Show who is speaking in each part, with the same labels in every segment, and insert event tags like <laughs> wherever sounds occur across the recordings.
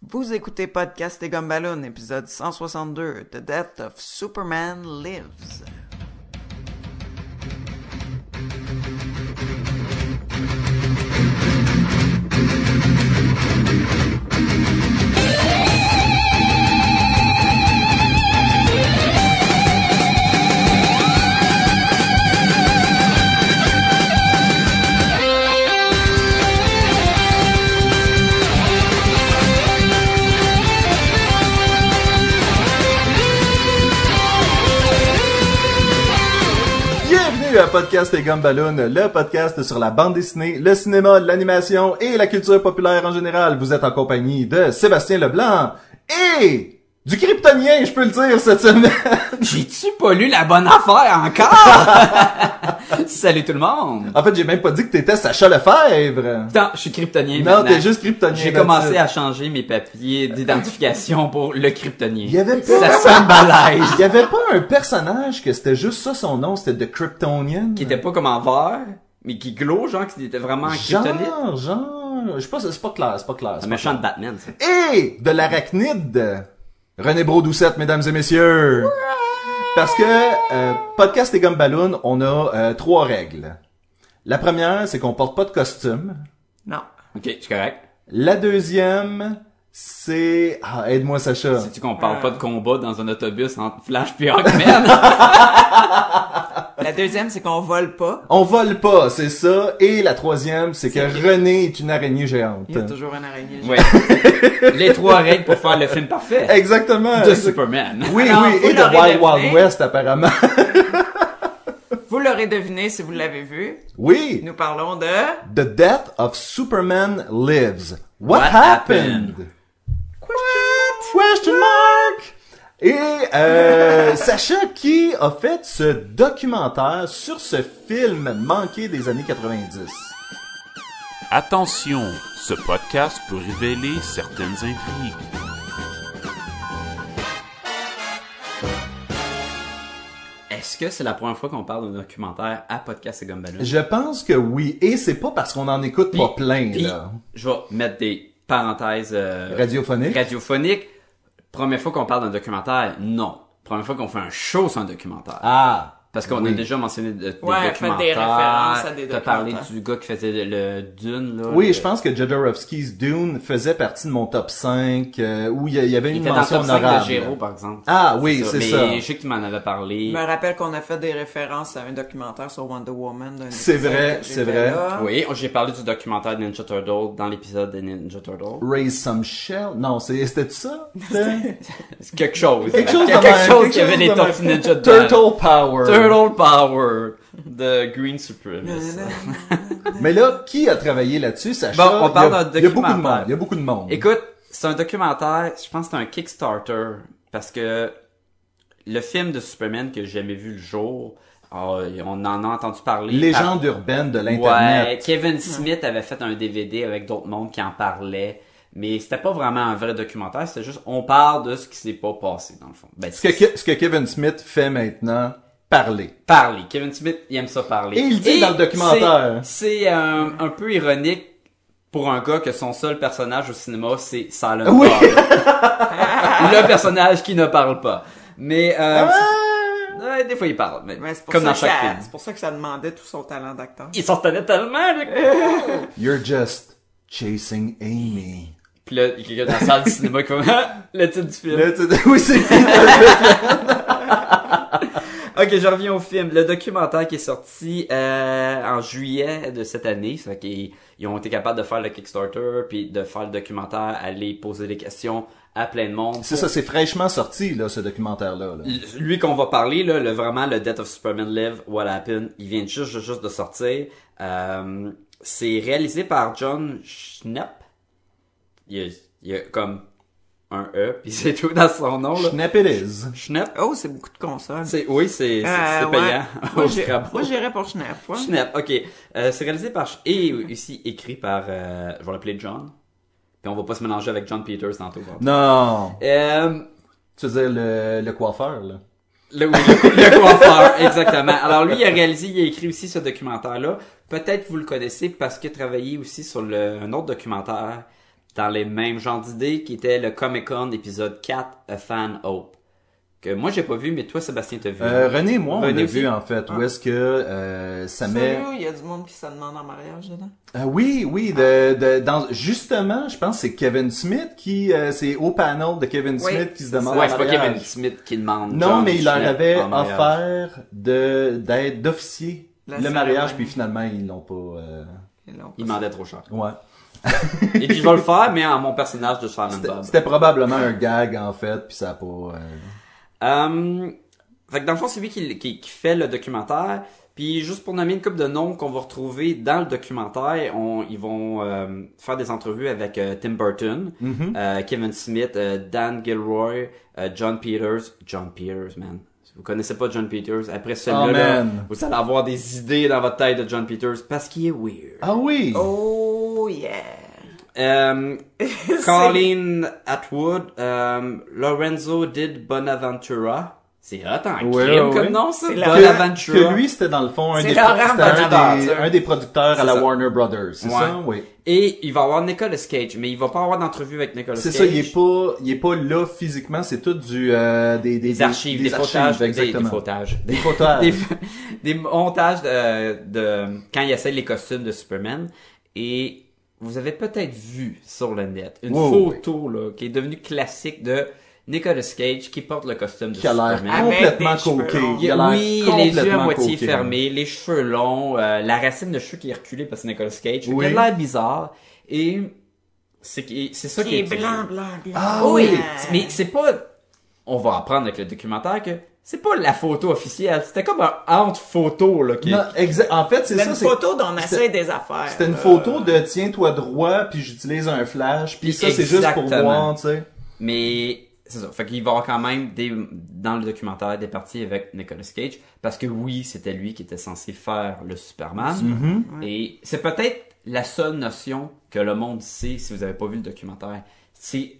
Speaker 1: Vous écoutez Podcast et Gumballoon, épisode 162, The Death of Superman Lives.
Speaker 2: Bienvenue à Podcast et Gumballoon, le podcast sur la bande dessinée, le cinéma, l'animation et la culture populaire en général. Vous êtes en compagnie de Sébastien Leblanc et du kryptonien, je peux le dire, cette semaine. <laughs>
Speaker 3: J'ai-tu pas lu la bonne affaire encore? <laughs> Salut tout le monde!
Speaker 2: en fait, j'ai même pas dit que t'étais Sacha Lefebvre.
Speaker 3: Putain, je suis kryptonien
Speaker 2: Non,
Speaker 3: maintenant.
Speaker 2: t'es juste kryptonien.
Speaker 3: J'ai
Speaker 2: that's
Speaker 3: commencé
Speaker 2: it.
Speaker 3: à changer mes papiers d'identification pour le kryptonien.
Speaker 2: Il y avait pas...
Speaker 3: Ça sonne balèze!
Speaker 2: Il y avait pas un personnage que c'était juste ça son nom, c'était The Kryptonian.
Speaker 3: Qui était pas comme en vert, mais qui glow, genre, qui était vraiment en kryptonite.
Speaker 2: Genre, genre... Je sais pas, c'est pas clair, c'est pas clair.
Speaker 3: Un
Speaker 2: c'est pas
Speaker 3: méchant de Batman, ça.
Speaker 2: et de l'arachnide. René Brodoucette, mesdames et messieurs. Parce que euh, podcast et gomme ballon, on a euh, trois règles. La première, c'est qu'on porte pas de costume.
Speaker 1: Non.
Speaker 3: Ok, c'est correct.
Speaker 2: La deuxième, c'est ah, aide-moi Sacha.
Speaker 3: Sais-tu qu'on parle pas de combat dans un autobus entre Flash puis Hawkman? <laughs>
Speaker 1: La deuxième, c'est qu'on vole pas.
Speaker 2: On vole pas, c'est ça. Et la troisième, c'est que René est une araignée géante.
Speaker 1: Il y a toujours une araignée.
Speaker 3: ouais. Les trois règles pour faire le film parfait.
Speaker 2: Exactement.
Speaker 3: De Superman.
Speaker 2: Oui,
Speaker 1: Alors,
Speaker 2: oui,
Speaker 1: vous
Speaker 2: et de
Speaker 1: l'aurez
Speaker 2: Wild
Speaker 1: deviné.
Speaker 2: Wild West apparemment. <laughs>
Speaker 1: Vous l'aurez deviné si vous l'avez vu.
Speaker 2: oui.
Speaker 1: Nous parlons de...
Speaker 2: The Death of Superman Lives. What,
Speaker 3: What
Speaker 2: happened? Question, question mark. Et
Speaker 3: <laughs>
Speaker 2: euh, Sacha qui a fait ce documentaire sur ce film manqué des années 90.
Speaker 4: Attention, ce podcast peut révéler certaines intrigues.
Speaker 3: Est-ce que c'est la première fois qu'on parle d'un documentaire à Podcast et Gumballoon?
Speaker 2: Je pense que oui, et c'est pas parce qu'on en écoute pas
Speaker 3: Puis-
Speaker 2: plein
Speaker 3: puis,
Speaker 2: là.
Speaker 3: Je vais mettre des parenthèses euh,
Speaker 2: Radiophonique.
Speaker 3: radiophoniques. Première fois qu'on parle d'un documentaire, non. Première fois qu'on fait un show sur un documentaire.
Speaker 2: Ah,
Speaker 3: Parce qu'on
Speaker 2: oui.
Speaker 3: a déjà mentionné de- des
Speaker 1: Ouais, faites des
Speaker 3: documentaires.
Speaker 1: références à des
Speaker 3: T'as parlé
Speaker 1: documentaires.
Speaker 3: du gars qui faisait le, le Dune, là.
Speaker 2: Oui,
Speaker 3: le-
Speaker 2: je pense que Jodorowsky's Dune faisait partie de mon top 5 euh, où il y, a- il y avait
Speaker 3: Il
Speaker 2: une
Speaker 3: était dans le
Speaker 2: mention
Speaker 3: top 5 de
Speaker 2: honorable.
Speaker 3: Géraud, par exemple.
Speaker 2: Ah oui, c'est ça.
Speaker 3: Mais je sais que tu m'en avais
Speaker 1: Je
Speaker 3: parlé.
Speaker 1: me rappelle qu'on a fait des références à un documentaire sur Wonder Woman. d'un
Speaker 2: C'est
Speaker 1: épisode
Speaker 2: vrai,
Speaker 1: que j'ai
Speaker 2: c'est
Speaker 1: fait
Speaker 2: vrai.
Speaker 1: là.
Speaker 3: Oui, j'ai parlé du documentaire de Ninja Turtle dans l'épisode de Ninja Turtle.
Speaker 2: Raise some shell. Non, c'est- c'était
Speaker 3: <laughs>
Speaker 2: ça? C'était-
Speaker 3: C'est quelque chose.
Speaker 2: quelque chose de
Speaker 3: quelque
Speaker 2: même,
Speaker 3: chose
Speaker 2: quelque
Speaker 3: qui avait
Speaker 2: chose
Speaker 3: les
Speaker 2: de même.
Speaker 3: Tortues Ninja dedans.
Speaker 2: Turtle Power.
Speaker 3: Turtle Power de Green Supremacist.
Speaker 2: Mais là, qui a travaillé là-dessus, Sacha?
Speaker 3: Bon, on parle
Speaker 2: il y a,
Speaker 3: d'un
Speaker 2: il y a beaucoup de monde.
Speaker 3: documentaire.
Speaker 2: Il y a beaucoup de monde.
Speaker 3: Écoute, c'est un documentaire, je pense que c'est un Kickstarter, parce que le film de Superman que j'ai jamais vu le jour, ah, on en a entendu parler.
Speaker 2: Légende urbaine de
Speaker 3: ah. Ouais,
Speaker 2: l'Internet.
Speaker 3: Kevin Smith avait fait un DVD avec d'autres mondes qui en parlaient, mais c'était pas vraiment un vrai documentaire, c'était juste on parle de ce qui s'est pas passé dans le fond. Ben,
Speaker 2: Ce, que, Ke- ce que Kevin Smith fait maintenant, parler.
Speaker 3: parler. Kevin Smith, il aime ça parler.
Speaker 2: Et il dit dans le documentaire.
Speaker 3: C'est c'est, euh, un peu ironique pour un gars que son seul personnage au cinéma, c'est Silent
Speaker 2: Oui. <laughs>
Speaker 3: Bob. le personnage qui ne parle pas. Mais
Speaker 2: Ah
Speaker 3: euh, ouais, des fois il parle, mais,
Speaker 1: Mais c'est pour
Speaker 3: comme
Speaker 1: ça
Speaker 3: dans
Speaker 1: que
Speaker 3: chaque
Speaker 1: ça-
Speaker 3: film.
Speaker 1: C'est pour ça que ça demandait tout son talent d'acteur.
Speaker 3: Il s'en tenait tellement. lui.
Speaker 2: You're just chasing Amy.
Speaker 3: Puis là, il y a quelqu'un dans la salle du cinéma qui fait <laughs> Ah, le titre du film.
Speaker 2: Là, tu
Speaker 3: <laughs>
Speaker 2: oui, c'est
Speaker 3: Ok, je reviens au film. Le documentaire qui est sorti euh, en juillet de cette année, ça fait qu'ils ils ont été capables de faire le Kickstarter, puis de faire le documentaire, aller poser des questions à plein de monde.
Speaker 2: <laughs> C'est ça, c'est fraîchement sorti, là, ce documentaire-là. là.
Speaker 3: L- Lui qu'on va parler, là, le, vraiment, le Death of Superman Live, What Happened, il vient juste, juste, juste de sortir. Euh, c'est réalisé par John Schnapp. Il y a, il y a comme un E, puis <laughs> c'est tout dans son nom. Là.
Speaker 2: Snap it is.
Speaker 3: Schnapp,
Speaker 1: Oh, c'est beaucoup de consoles.
Speaker 3: c'est, oui, c'est, c'est,
Speaker 1: Euh,
Speaker 3: c'est
Speaker 1: ouais.
Speaker 3: payant.
Speaker 1: Moi,
Speaker 3: <laughs> au
Speaker 1: j'ai-
Speaker 3: Scrabble.
Speaker 1: moi, j'irais pour Schnapp. ouais.
Speaker 3: Schnapp, ok. Euh, c'est réalisé par et aussi écrit par, euh, je vais l'appeler John. Puis on va pas se mélanger avec John Peters tantôt.
Speaker 2: Non.
Speaker 3: Euh,
Speaker 2: Tu veux dire le, le coiffeur, là?
Speaker 3: le, oui, le, le coiffeur, <laughs> exactement. Alors lui, il a réalisé, il a écrit aussi ce documentaire-là. Peut-être vous le connaissez parce qu'il a travaillé aussi sur le, un autre documentaire dans les mêmes genres d'idées, qui était le Comic Con épisode 4, A Fan Hope. Que moi, j'ai pas vu, mais toi, Sébastien, t'as vu.
Speaker 2: Euh, René et moi, on
Speaker 3: René
Speaker 2: l'a
Speaker 3: aussi. Ah.
Speaker 2: vu en fait. Où est-ce que euh, ça met...
Speaker 1: Sérieux, il y a du monde qui se demande en mariage dedans.
Speaker 2: Ah oui, oui, de, de, dans, justement, je pense que c'est Kevin Smith qui, euh, c'est au panel de Kevin
Speaker 1: Oui,
Speaker 2: Smith qui se demande.
Speaker 3: ouais,
Speaker 2: en
Speaker 3: c'est pas
Speaker 2: mariage.
Speaker 3: Kevin Smith qui demande.
Speaker 2: Non,
Speaker 3: John
Speaker 2: mais il leur
Speaker 3: Schmidt
Speaker 2: avait
Speaker 3: en mariage.
Speaker 2: offert de, d'être, d'officier
Speaker 1: La
Speaker 2: le mariage,
Speaker 1: cérémonie.
Speaker 2: puis finalement, ils l'ont pas, euh,
Speaker 1: Et là, on
Speaker 3: Il
Speaker 1: passe-
Speaker 3: demandait trop cher.
Speaker 2: ouais.
Speaker 3: <laughs> Et puis, je vais le faire, mais en mon personnage de Simon
Speaker 2: C'était-
Speaker 3: Bob.
Speaker 2: C'était probablement un gag, en fait, puis ça a pas, euh,
Speaker 3: Euh, fait que dans le fond, c'est lui qui, qui, qui fait le documentaire. Puis juste pour nommer une couple de noms qu'on va retrouver dans le documentaire, on, ils vont euh, faire des entrevues avec euh, Tim Burton,
Speaker 2: Mm-hmm.
Speaker 3: euh, Kevin Smith, euh, Dan Gilroy, euh, John Peters. John Peters, man. Si vous connaissez pas John Peters, après celui-là,
Speaker 2: Oh,
Speaker 3: là,
Speaker 2: man.
Speaker 3: vous allez avoir des idées dans votre tête de John Peters parce qu'il est weird.
Speaker 2: Ah oui!
Speaker 1: Oh yeah!
Speaker 3: Euh,
Speaker 1: <laughs> C'est-
Speaker 3: Colleen Atwood, euh, Lorenzo did Bonaventura. C'est hot en
Speaker 2: Ouais,
Speaker 3: crime
Speaker 2: ouais,
Speaker 3: comme
Speaker 2: ouais.
Speaker 3: nom, ça.
Speaker 1: C'est la-
Speaker 2: Que,
Speaker 3: Bonaventura.
Speaker 2: que lui, c'était dans le fond un
Speaker 1: C'est
Speaker 2: des,
Speaker 1: Laurent
Speaker 2: c'était un des,
Speaker 1: Bonaventure.
Speaker 2: un des producteurs à
Speaker 3: C'est
Speaker 2: la
Speaker 3: ça.
Speaker 2: Warner Brothers, c'est
Speaker 3: Ouais.
Speaker 2: ça? Oui.
Speaker 3: Et il va avoir Nicolas Cage, mais il va pas avoir d'entrevue avec Nicolas Cage.
Speaker 2: C'est ça, il est pas, il est pas là physiquement, c'est tout du, euh, des, des,
Speaker 3: Des archives, des, photages, des, des photages.
Speaker 2: Des photages.
Speaker 3: Des, <laughs> des montages de, de- quand il essaie les costumes de Superman. Et vous avez peut-être vu sur le net une
Speaker 2: Wow.
Speaker 3: photo là, qui est devenue classique de Nicolas Cage qui porte le costume de
Speaker 2: qui a l'air
Speaker 3: Superman.
Speaker 1: Avec
Speaker 2: complètement
Speaker 1: Ah, des cheveux
Speaker 2: coqué.
Speaker 1: longs.
Speaker 2: Il a l'air
Speaker 3: oui, les yeux à
Speaker 2: complètement
Speaker 3: moitié
Speaker 2: coqué.
Speaker 3: fermés, les cheveux longs, euh, la racine de cheveux qui est reculée parce que c'est Nicolas Cage.
Speaker 2: Oui.
Speaker 3: Il a l'air bizarre. Et c'est qui- c'est ça
Speaker 1: Qui est
Speaker 3: étrange.
Speaker 1: blanc, blanc, blanc. Oh,
Speaker 2: Ah
Speaker 3: Ah oui,
Speaker 2: oui.
Speaker 3: mais c'est pas... On va apprendre avec le documentaire que c'est pas la photo officielle. C'était comme un entre photo là, qui...
Speaker 2: Non, exa- En fait, c'est
Speaker 1: C'est
Speaker 2: ça,
Speaker 1: une
Speaker 2: c'est-
Speaker 1: photo dont on essaie
Speaker 2: c'était-
Speaker 1: des affaires.
Speaker 2: C'était une
Speaker 1: là.
Speaker 2: photo de tiens-toi droit, puis j'utilise un flash, puis ça, c'est juste pour
Speaker 3: Exactement.
Speaker 2: voir, tu sais.
Speaker 3: Mais c'est ça. Fait qu'il va y avoir quand même des, dans le documentaire des parties avec Nicolas Cage parce que oui, c'était lui qui était censé faire le Superman.
Speaker 1: Mm-hmm.
Speaker 3: Et c'est peut-être la seule notion que le monde sait si vous avez pas vu le documentaire. C'est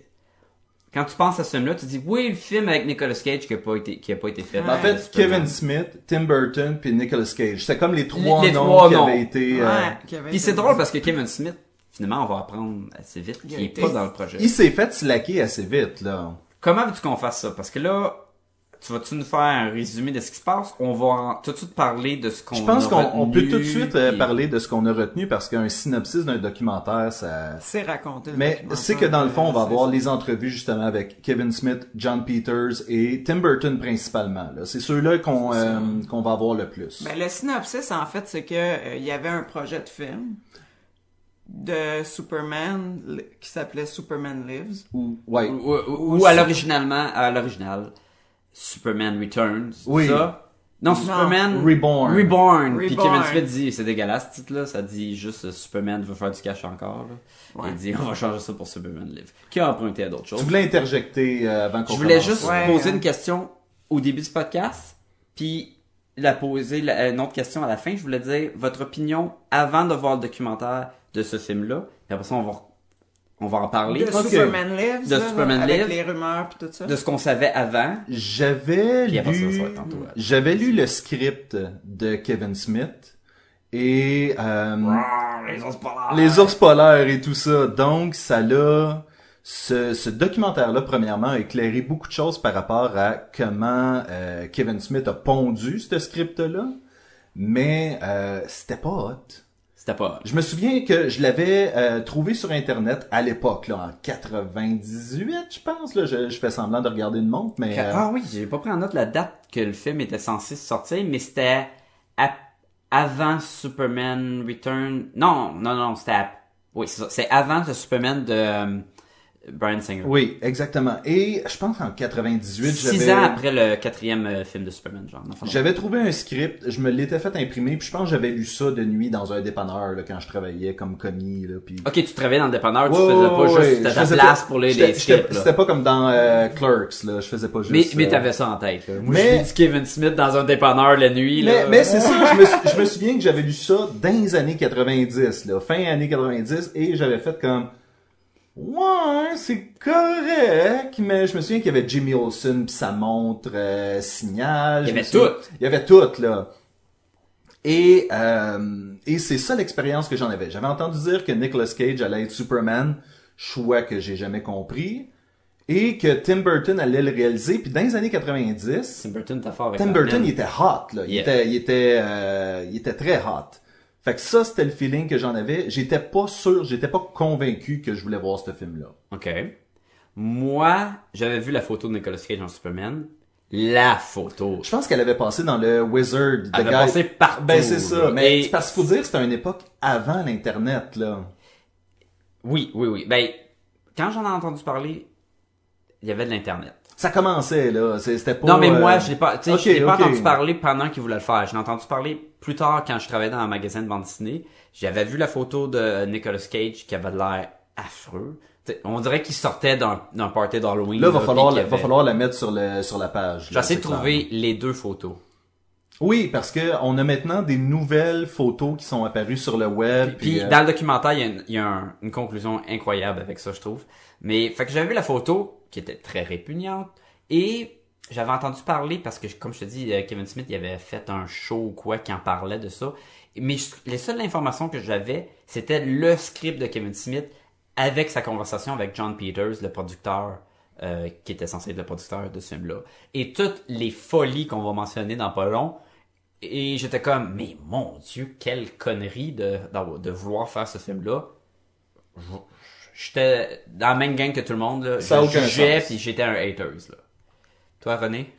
Speaker 3: quand tu penses à ce film-là, tu dis oui, le film avec Nicolas Cage qui a pas été qui a pas été fait.
Speaker 2: En
Speaker 3: par
Speaker 2: fait,
Speaker 3: Superman.
Speaker 2: Kevin Smith, Tim Burton, puis Nicolas Cage. C'était comme les trois
Speaker 3: les
Speaker 2: noms
Speaker 3: trois
Speaker 2: qui
Speaker 3: noms.
Speaker 2: avaient été... euh,
Speaker 1: Ouais, qui avait
Speaker 3: Puis c'est
Speaker 1: été-
Speaker 3: drôle parce que Kevin Smith, finalement, on va apprendre assez vite
Speaker 1: Il a
Speaker 3: qu'il est
Speaker 1: été-
Speaker 3: pas dans le projet.
Speaker 2: Il s'est fait slacker assez vite, là.
Speaker 3: Comment veux-tu qu'on fasse ça? Parce que là, tu vas-tu nous faire un résumé de ce qui se passe? On va en- tout de suite parler de ce qu'on
Speaker 2: Je pense
Speaker 3: a
Speaker 2: qu'on on peut
Speaker 3: retenu,
Speaker 2: tout de suite euh,
Speaker 3: puis-
Speaker 2: parler de ce qu'on a retenu parce qu'un synopsis d'un documentaire, ça...
Speaker 1: C'est raconté. le
Speaker 2: Mais
Speaker 1: documentaire.
Speaker 2: c'est que dans le fond, on va
Speaker 1: C'est
Speaker 2: avoir
Speaker 1: ça.
Speaker 2: les entrevues justement avec Kevin Smith, John Peters et Tim Burton principalement. là. C'est ceux-là qu'on euh, qu'on va avoir le plus.
Speaker 1: Ben, le synopsis, en fait, c'est que euh, il y avait un projet de film de Superman li- qui s'appelait Superman Lives.
Speaker 2: Ou, ouais.
Speaker 3: Ou, ou- ou à l'originalement, à l'original, Superman Returns.
Speaker 2: Oui.
Speaker 3: Ça? Non, Superman
Speaker 2: Reborn.
Speaker 3: Reborn. Puis
Speaker 1: Reborn.
Speaker 3: Kevin Smith dit, c'est dégueulasse ce titre-là, ça dit juste euh, Superman veut faire du cash encore. Là.
Speaker 1: Ouais.
Speaker 3: Il dit, on va changer ça pour Superman Live. Qui a emprunté à d'autres choses.
Speaker 2: Tu voulais interjecter euh, avant qu'on
Speaker 3: Je voulais
Speaker 2: commence.
Speaker 3: juste
Speaker 1: Ouais,
Speaker 3: poser
Speaker 1: hein.
Speaker 3: une question au début du podcast, puis la poser la- une autre question à la fin. Je voulais dire votre opinion avant de voir le documentaire de ce film-là. Puis après ça, on va on va en parler
Speaker 1: De
Speaker 3: de,
Speaker 2: Ok.
Speaker 1: Superman Lives. Ah,
Speaker 3: De
Speaker 1: là,
Speaker 3: Superman
Speaker 1: avec
Speaker 3: Lives.
Speaker 1: les rumeurs et tout ça.
Speaker 3: ce qu'on savait avant.
Speaker 2: J'avais
Speaker 3: Puis après ça,
Speaker 2: lu,
Speaker 3: ça va être tantôt, ouais.
Speaker 2: j'avais lu le script de Kevin Smith et euh,
Speaker 3: les autres parlent.
Speaker 2: les ours polaires et tout ça. Donc, ça l'a... Ce, ce documentaire-là, premièrement, a éclairé beaucoup de choses par rapport à comment euh, Kevin Smith a pondu ce script-là, mais euh, c'était pas hot.
Speaker 3: C'était pas.
Speaker 2: Je me souviens que je l'avais euh, trouvé sur Internet à l'époque, là, en 98, je pense. Là, je, je fais semblant de regarder une montre, mais... euh,
Speaker 3: Ah oui, j'ai pas pris en note la date que le film était censé sortir, mais c'était à- avant Superman Return. Non, non, non, c'était. à- Oui, c'est ça. C'est avant le Superman de euh, Brian Singer.
Speaker 2: Oui, exactement. Et je pense en 98,
Speaker 3: Six ans
Speaker 2: j'avais
Speaker 3: après le quatrième euh, film de Superman, genre. Enfin,
Speaker 2: Ah. j'avais trouvé un script, je me l'étais fait imprimer, puis je pense que j'avais lu ça de nuit dans un dépanneur là, quand je travaillais comme commis là, puis
Speaker 3: ok, tu travaillais dans le dépanneur, Ah, tu
Speaker 2: Ouais,
Speaker 3: faisais
Speaker 2: ouais,
Speaker 3: pas
Speaker 2: ouais,
Speaker 3: juste,
Speaker 2: je
Speaker 3: t'as ta
Speaker 2: faisais
Speaker 3: place
Speaker 2: pas-
Speaker 3: pour les,
Speaker 2: j'étais-
Speaker 3: les
Speaker 2: j'étais-
Speaker 3: strips, là.
Speaker 2: C'était pas comme dans euh, Clerks là, je faisais pas juste
Speaker 3: Mais, mais
Speaker 2: euh,
Speaker 3: t'avais ça en tête, là. Moi,
Speaker 2: mais-
Speaker 3: je dis Kevin Smith dans un dépanneur la nuit,
Speaker 2: Mais,
Speaker 3: là. euh,
Speaker 2: mais c'est ça, je me, sou- je me souviens que j'avais lu ça dans les années 90, là, fin années 90, et j'avais fait comme Ouais, c'est correct, mais je me souviens qu'il y avait Jimmy Olsen pis sa montre euh, signal.
Speaker 3: Il y
Speaker 2: je me
Speaker 3: avait
Speaker 2: souviens-
Speaker 3: tout.
Speaker 2: Il y avait tout, là. Et, euh, et c'est ça l'expérience que j'en avais. J'avais entendu dire que Nicolas Cage allait être Superman. choix que j'ai jamais compris, et que Tim Burton allait le réaliser. Puis dans les années 90,
Speaker 3: Tim Burton était fort avec
Speaker 2: Tim
Speaker 3: Batman.
Speaker 2: Burton, il était hot, là. Il,
Speaker 3: Yeah.
Speaker 2: était, il, était, euh, il était très hot. Fait que ça, c'était le feeling que j'en avais. J'étais pas sûr, j'étais pas convaincu que je voulais voir ce film-là.
Speaker 3: OK. Moi, j'avais vu la photo de Nicolas Cage en Superman. La photo.
Speaker 2: Je pense qu'elle avait passé dans le Wizard. the
Speaker 3: Elle avait
Speaker 2: Guy.
Speaker 3: passé partout,
Speaker 2: Ben, c'est ça.
Speaker 3: là.
Speaker 2: Mais
Speaker 3: Et-
Speaker 2: c'est parce qu'il faut dire que c'était une époque avant l'Internet, là.
Speaker 3: Oui, oui, oui. Ben, quand j'en ai entendu parler, il y avait de l'Internet.
Speaker 2: Ça commençait, là. C'est- C'était pas...
Speaker 3: Non, mais moi,
Speaker 2: euh,
Speaker 3: je l'ai pas, tu sais,
Speaker 2: ok,
Speaker 3: je l'ai pas
Speaker 2: ok.
Speaker 3: entendu parler pendant qu'il voulait le faire. Je l'ai entendu parler plus tard quand je travaillais dans un magasin de bande dessinée. J'avais vu la photo de Nicolas Cage qui avait l'air affreux. Tu sais, on dirait qu'il sortait d'un d'un party d'Halloween.
Speaker 2: Là, va
Speaker 3: puis
Speaker 2: falloir,
Speaker 3: qu'il
Speaker 2: la,
Speaker 3: avait-
Speaker 2: va falloir la mettre sur, le, sur la page.
Speaker 3: J'ai
Speaker 2: là,
Speaker 3: essayé de
Speaker 2: c'est clair.
Speaker 3: trouver les deux photos.
Speaker 2: Oui, parce que on a maintenant des nouvelles photos qui sont apparues sur le web.
Speaker 3: Puis
Speaker 2: Puis, euh,
Speaker 3: dans le documentaire, il y a, une, il y a un- une conclusion incroyable avec ça, je trouve. Mais fait que j'avais vu la photo qui était très répugnante et j'avais entendu parler parce que comme je te dis, euh, Kevin Smith, il avait fait un show ou quoi qui en parlait de ça. Mais je- les seules informations que j'avais, c'était le script de Kevin Smith avec sa conversation avec John Peters, le producteur. euh, qui était censé être le producteur de ce film-là. Et toutes les folies qu'on va mentionner dans pas long, et j'étais comme, mais mon Dieu, quelle connerie de, d'avoir- de vouloir faire ce film-là. Je- J'étais dans la même gang que tout le monde. Là.
Speaker 2: Ça a
Speaker 3: je
Speaker 2: aucun
Speaker 3: jugeais,
Speaker 2: sens.
Speaker 3: puis j'étais un haters. Là. Toi, René?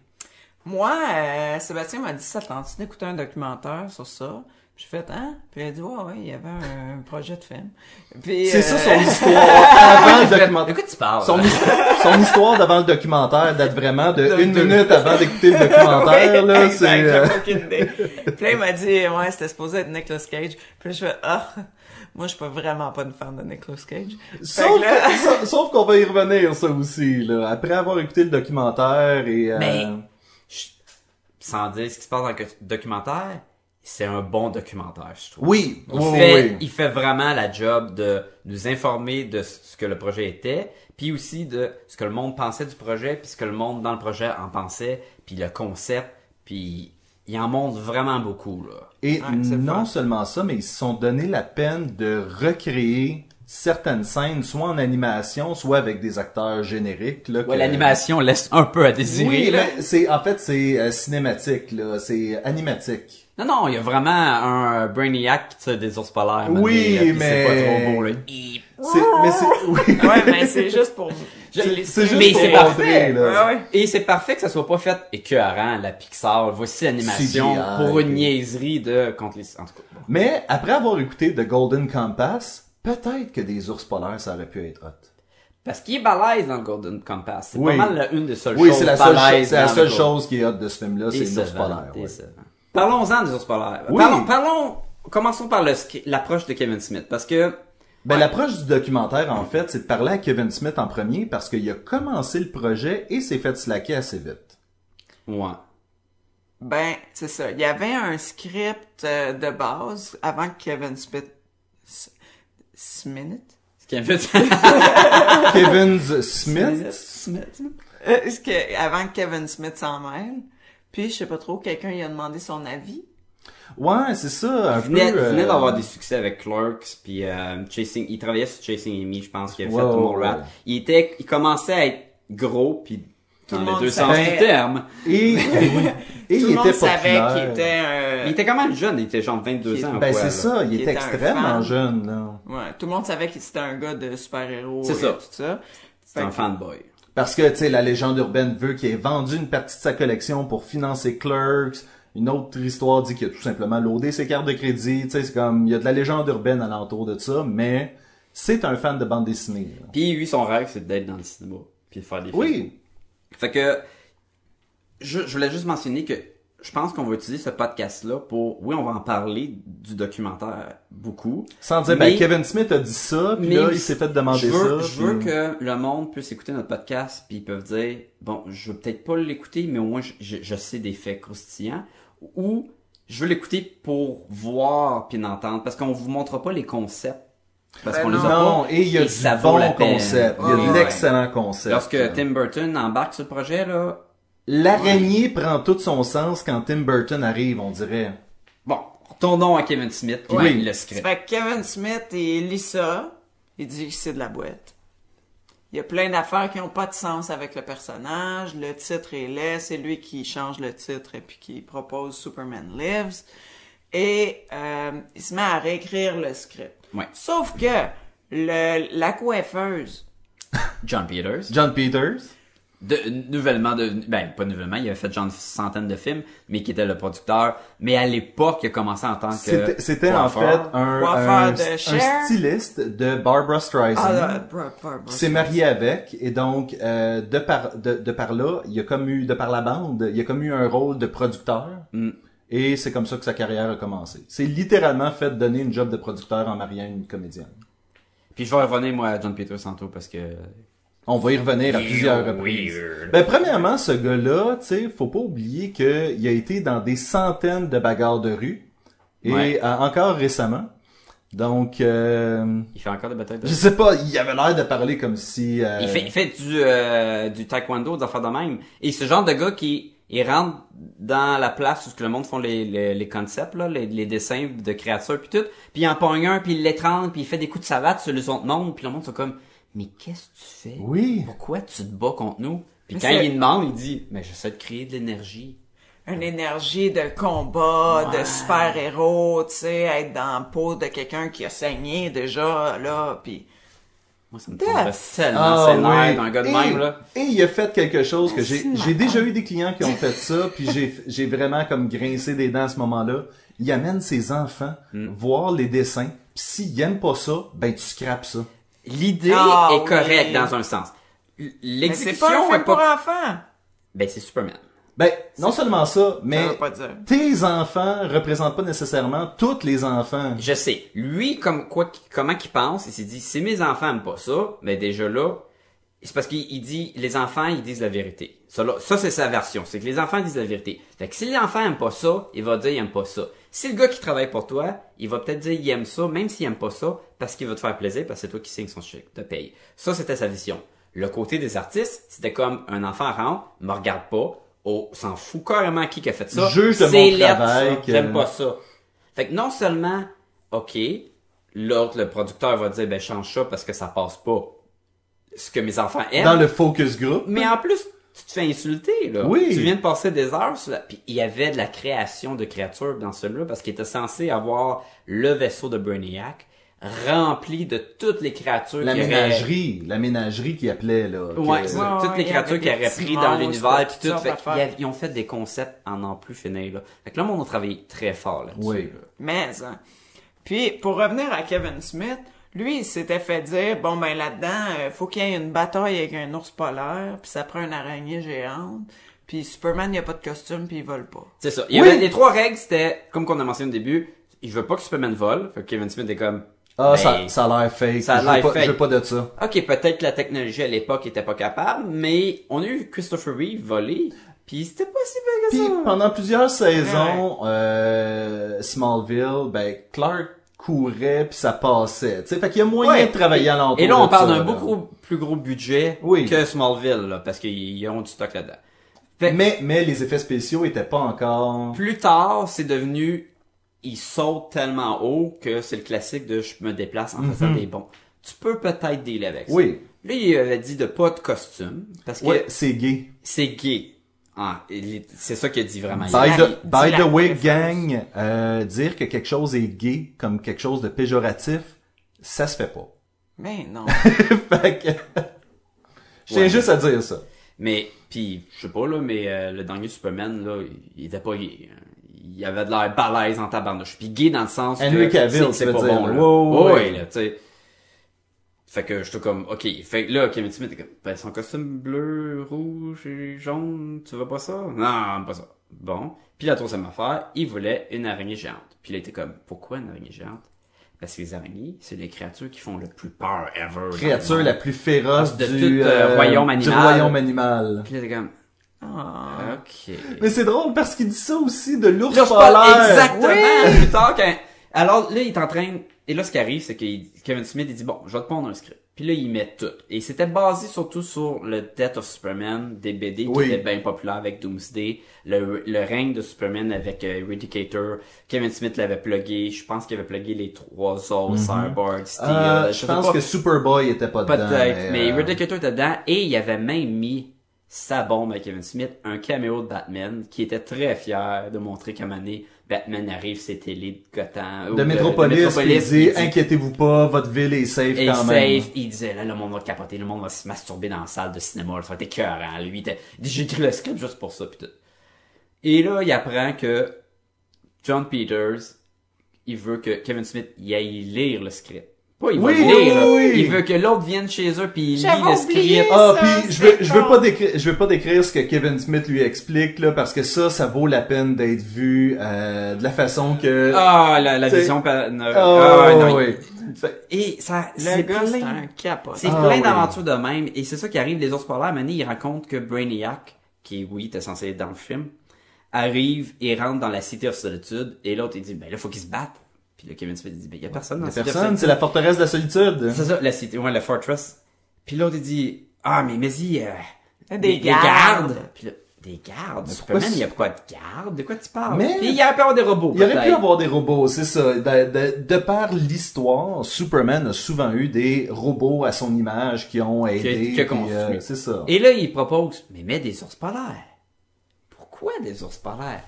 Speaker 1: Moi, euh, Sébastien m'a dit ça, t'as d'écouter un documentaire sur ça. Puis J'ai fait, hein? Puis il a dit, ouais, ouais, il y avait un, un projet de film. Puis,
Speaker 2: c'est ça
Speaker 1: euh, <laughs>
Speaker 2: son histoire avant le
Speaker 3: De
Speaker 2: documentaire.
Speaker 3: quoi tu parles?
Speaker 2: Son, his- son histoire d'avant le documentaire date vraiment de
Speaker 1: De
Speaker 2: une
Speaker 1: deux.
Speaker 2: minute avant d'écouter le documentaire.
Speaker 1: Oui,
Speaker 2: là,
Speaker 1: exact,
Speaker 2: c'est,
Speaker 1: j'ai
Speaker 2: euh,
Speaker 1: aucune idée. Puis là, il m'a dit, ouais, c'était supposé être Nicolas Cage. Puis là, je fais, ah, moi, je suis pas vraiment pas une fan de Nicolas Cage. Fait
Speaker 2: euh, Sauf,
Speaker 1: que là-
Speaker 2: que- sa- sauf qu'on va y revenir, ça aussi, là. Après avoir écouté le documentaire et... euh,
Speaker 3: Mais- Je- Sans dire ce qui se passe dans le documentaire, c'est un bon documentaire, je trouve.
Speaker 2: Oui,
Speaker 3: Il,
Speaker 2: oui, oui,
Speaker 3: fait,
Speaker 2: oui.
Speaker 3: il fait vraiment la job de nous informer de ce que le projet était, puis aussi de ce que le monde pensait du projet, puis ce que le monde dans le projet en pensait, puis le concept, puis il en montre vraiment beaucoup là.
Speaker 2: Et
Speaker 1: Ouais, c'est le
Speaker 2: non
Speaker 1: fun.
Speaker 2: seulement ça, mais ils se sont donné la peine de recréer certaines scènes, soit en animation, soit avec des acteurs génériques. Là, que-
Speaker 3: laisse un peu à
Speaker 2: Oui, mais c'est en fait c'est euh, cinématique, là, c'est animatique.
Speaker 3: Non, non, il y a vraiment un Brainiac qui tire des ours polaires.
Speaker 2: Oui,
Speaker 3: maintenant, là, puis
Speaker 2: mais-
Speaker 3: C'est pas trop beau, là.
Speaker 2: C'est, mais c'est,
Speaker 1: <laughs>
Speaker 2: oui. <laughs>
Speaker 1: ouais, mais c'est juste pour.
Speaker 2: c'est juste
Speaker 3: mais
Speaker 2: pour
Speaker 3: c'est
Speaker 2: montrer,
Speaker 3: parfait.
Speaker 2: là.
Speaker 1: Ouais, ouais.
Speaker 3: Et c'est parfait que ça soit pas fait écœurant, la Pixar. Voici l'animation
Speaker 2: CGI,
Speaker 3: pour une
Speaker 2: puis-
Speaker 3: niaiserie de... Contre les... En tout cas, bon.
Speaker 2: Mais après avoir écouté The Golden Compass, peut-être que des ours polaires ça aurait pu être hot.
Speaker 3: Parce qu'il est balèze dans le Golden Compass. C'est
Speaker 2: Oui.
Speaker 3: pas mal la- une des seules
Speaker 2: Oui,
Speaker 3: choses
Speaker 2: c'est la seule, cho-
Speaker 3: balèzes
Speaker 2: c'est la
Speaker 3: dans le
Speaker 2: seule
Speaker 3: Golden-
Speaker 2: chose qui est hot de ce film-là, c'est les ours
Speaker 3: Décevant,
Speaker 2: polaires. ouais.
Speaker 3: décevant. Parlons-en des ours polaires.
Speaker 2: Oui.
Speaker 3: Parlons, parlons... Commençons par le sk- l'approche de Kevin Smith. Parce que...
Speaker 2: Ben, l'approche du documentaire, en fait, c'est de parler à Kevin Smith en premier parce qu'il a commencé le projet et s'est fait slacker assez vite.
Speaker 3: Ouais.
Speaker 1: Ben, c'est ça. Il y avait un script euh, de base avant que Kevin Smith. S- Smith?
Speaker 3: Ce
Speaker 2: <laughs>
Speaker 3: qui invite...
Speaker 2: Kevin Smith?
Speaker 3: Smith.
Speaker 1: Euh, est-ce que- avant que Kevin Smith s'en mêle. Puis, je sais pas trop, quelqu'un lui a demandé son avis.
Speaker 2: Ouais, c'est ça, un
Speaker 3: Il venait,
Speaker 2: peu. euh,
Speaker 3: venait d'avoir des succès avec Clerks puis euh, Chasing il travaillait sur Chasing Amy je pense qu'il a
Speaker 2: Ouais,
Speaker 3: fait
Speaker 2: ouais,
Speaker 3: Mallrats.
Speaker 2: ouais.
Speaker 3: il était il commençait à être gros puis
Speaker 1: le
Speaker 3: dans les
Speaker 1: monde
Speaker 3: deux sens
Speaker 2: Ben,
Speaker 1: savait.
Speaker 3: du terme
Speaker 2: Et, et
Speaker 1: Tout
Speaker 2: il
Speaker 1: le
Speaker 2: était
Speaker 1: monde savait
Speaker 2: populaire.
Speaker 1: qu'il était. euh,
Speaker 3: il était quand même jeune il était genre 22
Speaker 1: Qui-
Speaker 3: ans ou
Speaker 2: Ben,
Speaker 3: quoi,
Speaker 2: c'est
Speaker 3: là.
Speaker 2: ça, il
Speaker 1: Il
Speaker 2: était
Speaker 1: était un
Speaker 2: extrêmement
Speaker 1: fan.
Speaker 2: jeune, là.
Speaker 1: Ouais, tout le monde savait que c'était un gars de super-héros
Speaker 3: C'est
Speaker 1: et
Speaker 3: ça.
Speaker 1: tout ça.
Speaker 3: c'est un
Speaker 1: Fait que-
Speaker 3: fanboy
Speaker 2: Parce que, tu sais, la légende urbaine veut qu'il ait vendu une partie de sa collection pour financer Clerks. Une autre histoire dit qu'il a tout simplement loadé ses cartes de crédit. Tu sais, c'est comme, il y a de la légende urbaine alentour de ça, mais c'est un fan de bande dessinée. là.
Speaker 3: puis lui son rêve c'est d'être dans le cinéma puis de faire des films
Speaker 2: Oui.
Speaker 3: Fait que je, je voulais juste mentionner que je pense qu'on va utiliser ce podcast-là pour. Oui, on va en parler du documentaire beaucoup.
Speaker 2: Sans dire,
Speaker 3: Mais-
Speaker 2: ben, Kevin Smith a dit ça, puis
Speaker 3: Mais
Speaker 2: là, il s'est fait demander
Speaker 3: je veux,
Speaker 2: ça.
Speaker 3: Je veux
Speaker 2: puis- euh,
Speaker 3: que le monde puisse écouter notre podcast, puis ils peuvent dire, bon, je veux peut-être pas l'écouter, mais au moins je, je- je sais des faits croustillants, ou je veux l'écouter pour voir puis l'entendre, parce qu'on vous montre pas les concepts, parce
Speaker 1: Ben
Speaker 3: qu'on les a pas.
Speaker 2: Non, et il y a
Speaker 3: et
Speaker 2: du
Speaker 3: ça vaut
Speaker 2: bon
Speaker 3: la peine.
Speaker 2: concept. Il y a
Speaker 1: Ouais,
Speaker 2: de
Speaker 1: ouais.
Speaker 2: l'excellent concept. euh,
Speaker 3: Lorsque Tim Burton embarque sur le projet, là,
Speaker 2: L'araignée prend tout son sens quand Tim Burton arrive, on dirait.
Speaker 3: bon, retournons à Kevin Smith, puis
Speaker 2: Oui.
Speaker 3: le
Speaker 1: Ça
Speaker 3: script.
Speaker 1: fait que Kevin Smith, il lit ça. Il dit que c'est de la boîte. Il y a plein d'affaires qui n'ont pas de sens avec le personnage. Le titre est laid. C'est lui qui change le titre et puis qui propose Superman Lives. Et euh, il se met à réécrire le script.
Speaker 3: Ouais.
Speaker 1: Sauf que le, la coiffeuse,
Speaker 3: John Peters.
Speaker 2: John Peters.
Speaker 3: de- nouvellement devenu, ben pas nouvellement, il a fait genre une centaine de films, mais qui était le producteur. Mais à l'époque, il a commencé en tant que
Speaker 2: C'était c'était en fait
Speaker 3: coiffeur.
Speaker 2: un,
Speaker 1: Coiffeur
Speaker 2: un,
Speaker 1: de
Speaker 2: un
Speaker 1: Cher.
Speaker 2: styliste de Barbara Streisand.
Speaker 1: ah, là, bra- bra- bra-
Speaker 2: qui s'est marié avec et donc euh, de par de, de par là il a comme eu de par la bande il a comme eu un rôle de producteur
Speaker 3: Mm.
Speaker 2: et c'est comme ça que sa carrière a commencé c'est littéralement fait donner une job de producteur en mariant une comédienne
Speaker 3: Puis je vais revenir moi à John Peters tantôt parce que
Speaker 2: on va y revenir à plusieurs reprises
Speaker 3: oh, Weird.
Speaker 2: ben premièrement ce gars là tu sais faut pas oublier que il a été dans des centaines de bagarres de rue et
Speaker 3: Ouais.
Speaker 2: euh, encore récemment donc euh,
Speaker 3: il fait encore des batailles. De...
Speaker 2: je sais pas il avait l'air de parler comme si euh,
Speaker 3: Il fait, il fait du euh, du taekwondo, des affaires de même. Et ce genre de gars qui il rentre dans la place où ce que le monde font les, les, les concepts, là, les, les dessins de créatures puis tout, puis il en pogne un, puis il l'étrangle, puis il fait des coups de savate sur les autres mondes, puis le monde sont comme Mais qu'est-ce que tu fais?
Speaker 2: oui
Speaker 3: Pourquoi tu te bats contre nous? Puis
Speaker 1: Mais
Speaker 3: quand
Speaker 1: c'est-
Speaker 3: il demande, il dit, mais j'essaie de créer de l'énergie.
Speaker 1: une énergie de combat, de super-héros, tu sais, être dans la peau de quelqu'un qui a saigné déjà, là, puis
Speaker 3: Moi, ça me
Speaker 1: Death.
Speaker 3: tombe tellement
Speaker 2: Ah,
Speaker 3: c'est
Speaker 2: oui.
Speaker 3: d'un gars de
Speaker 2: et,
Speaker 3: même, là.
Speaker 2: Et il a fait quelque chose que j'ai,
Speaker 1: Merci de
Speaker 2: j'ai déjà eu des clients qui ont fait ça, puis j'ai, j'ai vraiment comme grincé des dents à ce moment-là. Il amène ses enfants
Speaker 3: Hmm.
Speaker 2: voir les dessins, puis s'ils aiment pas ça, ben tu scrapes ça.
Speaker 3: L'idée
Speaker 1: Ah,
Speaker 3: est correcte
Speaker 1: oui.
Speaker 3: dans un sens. L-
Speaker 1: Mais c'est pas un
Speaker 3: L'exécution
Speaker 1: film
Speaker 3: est
Speaker 1: pour
Speaker 3: pas...
Speaker 1: enfants.
Speaker 3: Ben, c'est Superman.
Speaker 2: Ben, non seulement ça, mais
Speaker 1: veut pas dire.
Speaker 2: tes enfants représentent pas nécessairement tous les enfants.
Speaker 3: Je sais. Lui, comme quoi, qu'il- comment qu'il pense, il s'est dit, si mes enfants aiment pas ça, mais déjà là, c'est parce qu'il il dit, les enfants, ils disent la vérité. Ça, là, ça c'est sa version. C'est que les enfants disent la vérité. Fait que si les enfants aiment pas ça, il va dire, ils aiment pas ça. Si le gars qui travaille pour toi, il va peut-être dire, il aime ça, même s'il aime pas ça, parce qu'il veut te faire plaisir, parce que c'est toi qui signe son chèque de paye. Ça, c'était sa vision. Le côté des artistes, c'était comme, un enfant rentre, me regarde pas, oh, s'en fout carrément qui qui a fait ça.
Speaker 2: Juge de
Speaker 3: C'est
Speaker 2: mon
Speaker 3: laid,
Speaker 2: travail
Speaker 3: ça.
Speaker 2: que-
Speaker 3: J'aime pas ça. Fait que non seulement, OK, l'autre, le producteur va dire, ben, change ça parce que ça passe pas ce que mes enfants aiment.
Speaker 2: Dans le focus group.
Speaker 3: Mais en plus, tu te fais insulter, là.
Speaker 2: Oui.
Speaker 3: Tu viens de passer des heures sur la... Puis il y avait de la création de créatures dans celui-là parce qu'il était censé avoir le vaisseau de Brainiac rempli de toutes les créatures
Speaker 2: La
Speaker 3: qu'il aurait-
Speaker 2: ménagerie, la ménagerie qui appelait, là. que-
Speaker 1: ouais,
Speaker 3: Ouais, toutes les
Speaker 1: il y
Speaker 3: créatures
Speaker 1: avait
Speaker 3: qu'ils
Speaker 1: des
Speaker 3: auraient
Speaker 1: petits
Speaker 3: pris dans
Speaker 1: monstres,
Speaker 3: l'univers
Speaker 1: toutes
Speaker 3: puis tout.
Speaker 1: sortes
Speaker 3: Fait qu'ils
Speaker 1: d'affaires.
Speaker 3: avaient- ils ont fait des concepts en en plus finir, là. Fait que là, on a travaillé très fort là-dessus.
Speaker 2: Oui.
Speaker 3: là.
Speaker 1: Mais, hein. Puis, pour revenir à Kevin Smith, lui, il s'était fait dire, bon, ben là-dedans, euh, faut qu'il y ait une bataille avec un ours polaire, puis ça prend une araignée géante, puis Superman, il a pas de costume, puis il vole pas.
Speaker 3: C'est ça. Il y
Speaker 2: Oui.
Speaker 3: avait les trois règles, c'était, comme qu'on a mentionné au début, il veut pas que Superman vole. Fait que Kevin Smith est comme,
Speaker 2: Ah,
Speaker 3: ben,
Speaker 2: ça, ça a l'air fake.
Speaker 3: ça a
Speaker 2: Je veux
Speaker 3: l'air
Speaker 2: pas-
Speaker 3: fake.
Speaker 2: Je veux pas de ça.
Speaker 3: Ok, peut-être que la technologie à l'époque était pas capable, mais on a eu Christopher Reeve voler, puis c'était pas si
Speaker 2: Puis
Speaker 3: bien que ça.
Speaker 2: pendant plusieurs saisons, euh, Smallville, ben Clark courait puis ça passait. Tu sais, fait qu'il y a moyen
Speaker 3: Ouais.
Speaker 2: de travailler à l'entour.
Speaker 3: Et là,
Speaker 2: de
Speaker 3: on parle
Speaker 2: ça,
Speaker 3: d'un
Speaker 2: là.
Speaker 3: beaucoup plus gros budget
Speaker 2: Oui.
Speaker 3: que Smallville, là, parce qu'ils ont du stock là-dedans. Fait que
Speaker 2: Mais mais les effets spéciaux étaient pas encore.
Speaker 3: plus tard, c'est devenu, il saute tellement haut que c'est le classique de je me déplace en faisant des bons. Tu peux peut-être dealer avec ça.
Speaker 2: Mhm. Oui,
Speaker 3: Là, il avait dit de pas de costume, parce que
Speaker 2: ouais, c'est gay.
Speaker 3: c'est gay. Ah, il est- c'est ça qu'il a dit vraiment.
Speaker 1: Ça-
Speaker 2: By
Speaker 1: la-
Speaker 2: the, by
Speaker 1: la
Speaker 2: the way,
Speaker 1: référence.
Speaker 2: gang, euh, dire que quelque chose est gay comme quelque chose de péjoratif, ça se fait pas. <laughs>
Speaker 1: Mais non.
Speaker 2: fait que <laughs> je tiens
Speaker 3: Ouais.
Speaker 2: juste à dire ça.
Speaker 3: Mais puis je sais pas là, mais euh, le dernier Superman là, il- il était pas gay. hein. Il avait de l'air balèze en tabarnouche. Puis gay dans le sens
Speaker 2: Henry
Speaker 3: que
Speaker 2: Cavill,
Speaker 3: c'est-
Speaker 2: tu
Speaker 3: c'est
Speaker 2: veux
Speaker 3: pas
Speaker 2: dire,
Speaker 3: bon
Speaker 2: là.
Speaker 3: là.
Speaker 2: Ouais, ouais,
Speaker 3: Ouais,
Speaker 2: ouais.
Speaker 3: là, tu sais. Fait que je suis comme OK, fait que là Kevin Smith est comme ben son costume bleu, rouge et jaune, tu veux pas ça Non, pas ça. Bon, puis la troisième affaire, il voulait une araignée géante. Puis il était comme pourquoi une araignée géante Parce que les araignées, c'est les créatures qui font le plus peur ever. dans le
Speaker 2: Créature
Speaker 3: monde.
Speaker 2: la plus féroce
Speaker 3: De
Speaker 2: du,
Speaker 3: tout, euh, royaume
Speaker 2: du
Speaker 3: animal.
Speaker 2: royaume animal.
Speaker 3: Puis il était comme
Speaker 1: Ah.
Speaker 3: OK.
Speaker 2: Mais c'est drôle parce qu'il dit ça aussi de l'ours
Speaker 3: Là, je parle
Speaker 2: polaire.
Speaker 3: exactement plus tard quand... Alors là, il est en train... Et là, ce qui arrive, c'est que Kevin Smith, il dit, bon, je vais te pondre un script. Puis là, ils mettent tout. Et c'était basé surtout sur le Death of Superman, des BD
Speaker 2: Oui.
Speaker 3: qui étaient bien populaires avec Doomsday, le, le règne de Superman avec euh, Eradicator, Kevin Smith l'avait plugué, je pense qu'il avait plugué les trois autres, Cyborg, Steel,
Speaker 2: Mhm. Euh,
Speaker 3: je
Speaker 2: je
Speaker 3: sais
Speaker 2: pense
Speaker 3: pas.
Speaker 2: que Superboy était pas dedans.
Speaker 3: Peut-être, mais
Speaker 2: euh,
Speaker 3: Eradicator était dedans et il avait même mis sa bombe à Kevin Smith, un caméo de Batman, qui était très fier de montrer qu'à un moment donné, Batman arrive, c'est télé de Gotham. ou
Speaker 2: de Metropolis, il
Speaker 3: euh, Metropolis,
Speaker 2: dit,
Speaker 3: il dit-
Speaker 2: inquiétez-vous pas, votre ville est safe
Speaker 3: et
Speaker 2: quand
Speaker 3: safe,
Speaker 2: même.
Speaker 3: il disait, là, le monde va capoter, le monde va se masturber dans la salle de cinéma, ça va être écœurant. Lui, il était- il dit, j'ai écrit le script juste pour ça, pis tout. Et là, il apprend que John Peters, il veut que Kevin Smith y aille lire le script. Pas il va
Speaker 2: Oui,
Speaker 3: le lire,
Speaker 2: oui, oui.
Speaker 3: il veut que l'autre vienne chez eux puis il lit
Speaker 1: J'avais
Speaker 3: le
Speaker 1: oublié
Speaker 3: script.
Speaker 2: Ah,
Speaker 1: Ça,
Speaker 2: puis je
Speaker 1: c'est
Speaker 2: veux, je veux
Speaker 1: bon.
Speaker 2: pas décrire, je veux pas décrire ce que Kevin Smith lui explique là, parce que ça, ça vaut la peine d'être vu euh, de la façon que.
Speaker 3: Ah, la, la
Speaker 2: C'est-
Speaker 3: vision... pa- ne-
Speaker 2: Ah,
Speaker 3: ah, non,
Speaker 2: oui. Fait-
Speaker 3: Et ça,
Speaker 1: Le
Speaker 3: <laughs> c'est
Speaker 1: gars,
Speaker 3: plein-
Speaker 1: c'est un capote.
Speaker 3: C'est
Speaker 2: Ah
Speaker 3: plein
Speaker 2: oui.
Speaker 3: d'aventures de même, et c'est ça qui arrive, les autres spoilers, à un moment donné, ils rencontrent que Brainiac, qui, oui, était censé être dans le film, arrive et rentre dans la Cité of Solitude, et l'autre, il dit, ben là, faut qu'ils se battent. Puis là, Kevin Smith dit, ben y a personne dans la Cité of
Speaker 2: Personne, c'est
Speaker 3: Solitude.
Speaker 2: la forteresse de la solitude.
Speaker 3: C'est ça, la Cité, ouais, la Fortress. Puis l'autre, il dit, ah, mais mais y euh,
Speaker 1: Des gardes.
Speaker 3: Puis là, des gardes? Superman,
Speaker 2: pourquoi
Speaker 3: il y a quoi de gardes? De quoi tu parles?
Speaker 2: Mais-
Speaker 3: Puis il y a peur des robots,
Speaker 2: Il aurait pu
Speaker 3: peut-être.
Speaker 2: avoir des robots, c'est ça. De, de- de par l'histoire, Superman a souvent eu des robots à son image qui ont aidé.
Speaker 3: qu'il a
Speaker 2: puis,
Speaker 3: construit.
Speaker 2: euh, c'est ça.
Speaker 3: Et là, il propose, mais mets des ours polaires. Pourquoi des ours polaires?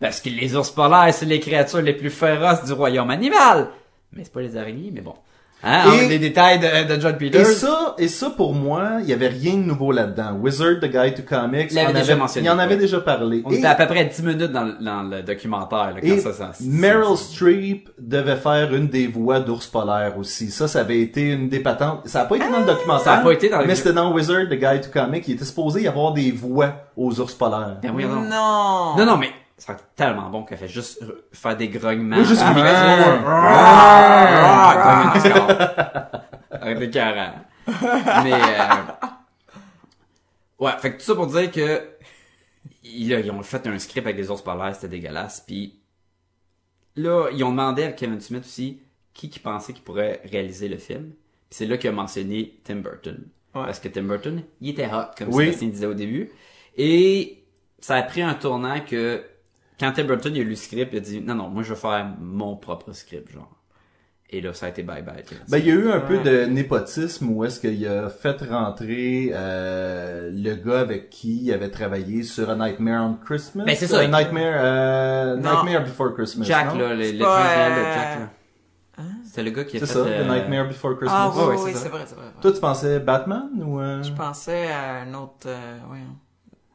Speaker 3: Parce que les ours polaires, c'est les créatures les plus féroces du royaume animal. Mais c'est pas les araignées, mais bon. Hein,
Speaker 2: Et-
Speaker 3: on a des détails de, de John Peters.
Speaker 2: Et ça, et ça pour moi, il y avait rien de nouveau là-dedans. Wizard, The Guide to Comics,
Speaker 3: Il l'avait
Speaker 2: en
Speaker 3: déjà
Speaker 2: avait-
Speaker 3: mentionné,
Speaker 2: il en avait
Speaker 3: ouais.
Speaker 2: déjà parlé.
Speaker 3: on
Speaker 2: Et-
Speaker 3: était à peu près à 10 minutes dans, le- dans le documentaire, là, quand
Speaker 2: Et
Speaker 3: ça, ça- ça-
Speaker 2: Meryl
Speaker 3: ça-
Speaker 2: Streep devait faire une des voix d'ours polaire aussi. Ça, ça avait été une des patentes. Ça a pas été dans le documentaire.
Speaker 3: Ah! ça a pas été dans le-
Speaker 2: Mais c'était dans Wizard, The Guide to Comic. Il était supposé y avoir des voix aux ours polaires.
Speaker 3: Ben oui, non.
Speaker 1: Ah Non.
Speaker 3: Non, non, mais ça serait tellement bon qu'elle fait juste re- faire des grognements.
Speaker 2: Oui, juste-
Speaker 3: Ah, ah, ah, comme une discorde. Avec des carrés. Mais, euh, ouais, fait que tout ça pour dire que, <laughs> ils, ils ont fait un script avec des ours polaires, c'était dégueulasse, puis là, ils ont demandé à Kevin Smith aussi qui qui pensait qu'il pourrait réaliser le film. Puis c'est là qu'il a mentionné Tim Burton.
Speaker 1: Ouais.
Speaker 3: Parce que Tim Burton, il était hot, comme
Speaker 2: Oui.
Speaker 3: Sébastien disait au début. Et ça a pris un tournant que quand Tim Burton il a lu le script, il a dit non, non, moi je veux faire mon propre script, genre. Et là, ça a été bye bye.
Speaker 2: Ben, il y a eu un peu de népotisme où est-ce qu'il a fait rentrer euh, le gars avec qui il avait travaillé sur A Nightmare on Christmas.
Speaker 3: Ben, c'est ça.
Speaker 2: A Nightmare, euh,
Speaker 1: Non.
Speaker 2: Nightmare Before Christmas.
Speaker 3: Jack,
Speaker 2: non?
Speaker 3: là, le,
Speaker 1: C'est
Speaker 3: le
Speaker 1: pas,
Speaker 3: transgender
Speaker 1: euh,
Speaker 3: de Jack, là. C'était le gars qui a
Speaker 2: C'est
Speaker 3: fait...
Speaker 2: ça,
Speaker 3: euh,
Speaker 2: The Nightmare Before Christmas.
Speaker 1: Ah oui,
Speaker 3: Ouais, ouais,
Speaker 1: oui,
Speaker 3: c'est
Speaker 1: c'est
Speaker 3: ça.
Speaker 1: vrai, c'est vrai. c'est vrai.
Speaker 2: Toi, tu pensais Batman ou... euh?
Speaker 1: Je pensais à un autre... euh, voyons.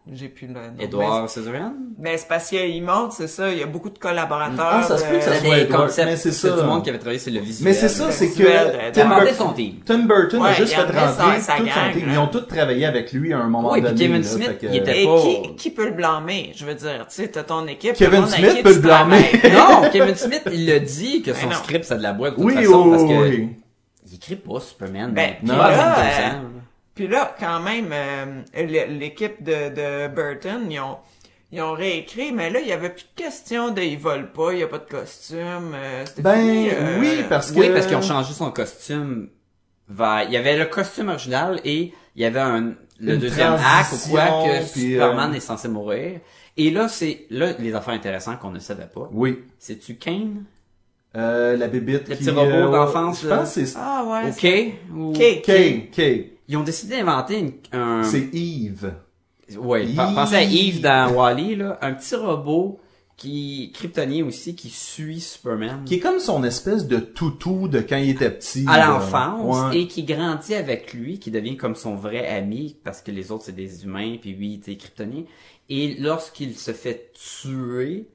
Speaker 1: J'ai plus le nom.
Speaker 3: Edward Scissorhands?
Speaker 1: Mais mais c'est parce qu'il monte, c'est ça. Il y a beaucoup
Speaker 3: Mm.
Speaker 1: de collaborateurs.
Speaker 2: Ah, ça se peut que ça
Speaker 1: euh,
Speaker 2: soit- Ouais,
Speaker 3: Des
Speaker 2: Edward,
Speaker 3: concepts,
Speaker 2: mais c'est
Speaker 3: c'est
Speaker 2: ça.
Speaker 3: tout le monde qui avait travaillé sur le visuel.
Speaker 2: Mais c'est ça, c'est
Speaker 1: visuel,
Speaker 2: que
Speaker 1: euh,
Speaker 2: Tim,
Speaker 1: demandait
Speaker 2: Burton-
Speaker 3: son team.
Speaker 2: Tim Burton a
Speaker 1: Ouais,
Speaker 2: juste
Speaker 1: il
Speaker 2: fait
Speaker 1: amenait
Speaker 2: rentrer
Speaker 1: son- sa
Speaker 2: toute son
Speaker 1: gang,
Speaker 2: team.
Speaker 1: là.
Speaker 2: Ils ont tous travaillé avec lui à un moment
Speaker 3: Oui, puis
Speaker 2: donné.
Speaker 3: Kevin
Speaker 2: là,
Speaker 3: Smith,
Speaker 2: fait que-
Speaker 3: il était-
Speaker 1: Et
Speaker 3: Pas-
Speaker 1: qui, qui peut le blâmer? Je veux dire, tu sais, t'as ton équipe.
Speaker 2: Kevin
Speaker 1: tout le monde à
Speaker 2: Smith
Speaker 1: qui
Speaker 2: peut
Speaker 1: tu
Speaker 2: le blâmer.
Speaker 1: travailles.
Speaker 2: <laughs>
Speaker 3: Non, Kevin Smith, il le dit que son
Speaker 1: non.
Speaker 3: script, c'est de la boîte de toute
Speaker 2: Oui,
Speaker 3: façon,
Speaker 2: oui,
Speaker 3: parce que
Speaker 2: oui.
Speaker 3: il écrit pas Superman.
Speaker 1: Ben,
Speaker 3: il
Speaker 1: non.
Speaker 3: a
Speaker 1: là,
Speaker 3: 22
Speaker 1: euh,
Speaker 3: ans.
Speaker 1: Puis là, quand même, euh, l- l'équipe de, de Burton, ils ont, ils ont réécrit, mais là, il y avait plus de question de ils volent pas, il y a pas de costume. euh, c'était
Speaker 2: Ben,
Speaker 1: fini, euh,
Speaker 2: oui, parce que...
Speaker 3: Oui, parce qu'ils ont changé son costume vers... Il y avait le costume original et il y avait un... le
Speaker 2: Une
Speaker 3: deuxième acte ou quoi que
Speaker 2: transition, puis,
Speaker 3: Superman
Speaker 2: euh,
Speaker 3: est censé mourir. Et là, c'est là les affaires intéressantes qu'on ne savait pas.
Speaker 2: Oui.
Speaker 3: C'est-tu Kane?
Speaker 2: Euh, la bébite
Speaker 3: Le
Speaker 2: qui,
Speaker 3: petit robot
Speaker 2: euh,
Speaker 3: d'enfance,
Speaker 2: Je
Speaker 3: là.
Speaker 2: pense que c'est...
Speaker 1: Ah ouais.
Speaker 3: OK? Ou...
Speaker 1: Kay.
Speaker 2: Kay, Kay.
Speaker 3: Ils ont décidé d'inventer une... un...
Speaker 2: C'est Eve.
Speaker 3: Ouais,
Speaker 2: Yee.
Speaker 3: pe- pensez à Yves dans Wally, là. Un petit robot qui... kryptonien aussi, qui suit Superman.
Speaker 2: Qui est comme son espèce de toutou de quand il était petit.
Speaker 3: à
Speaker 2: là.
Speaker 3: l'enfance
Speaker 2: Ouais.
Speaker 3: et qui grandit avec lui, qui devient comme son vrai ami parce que les autres c'est des humains puis lui il est kryptonien. Et lorsqu'il se fait tuer,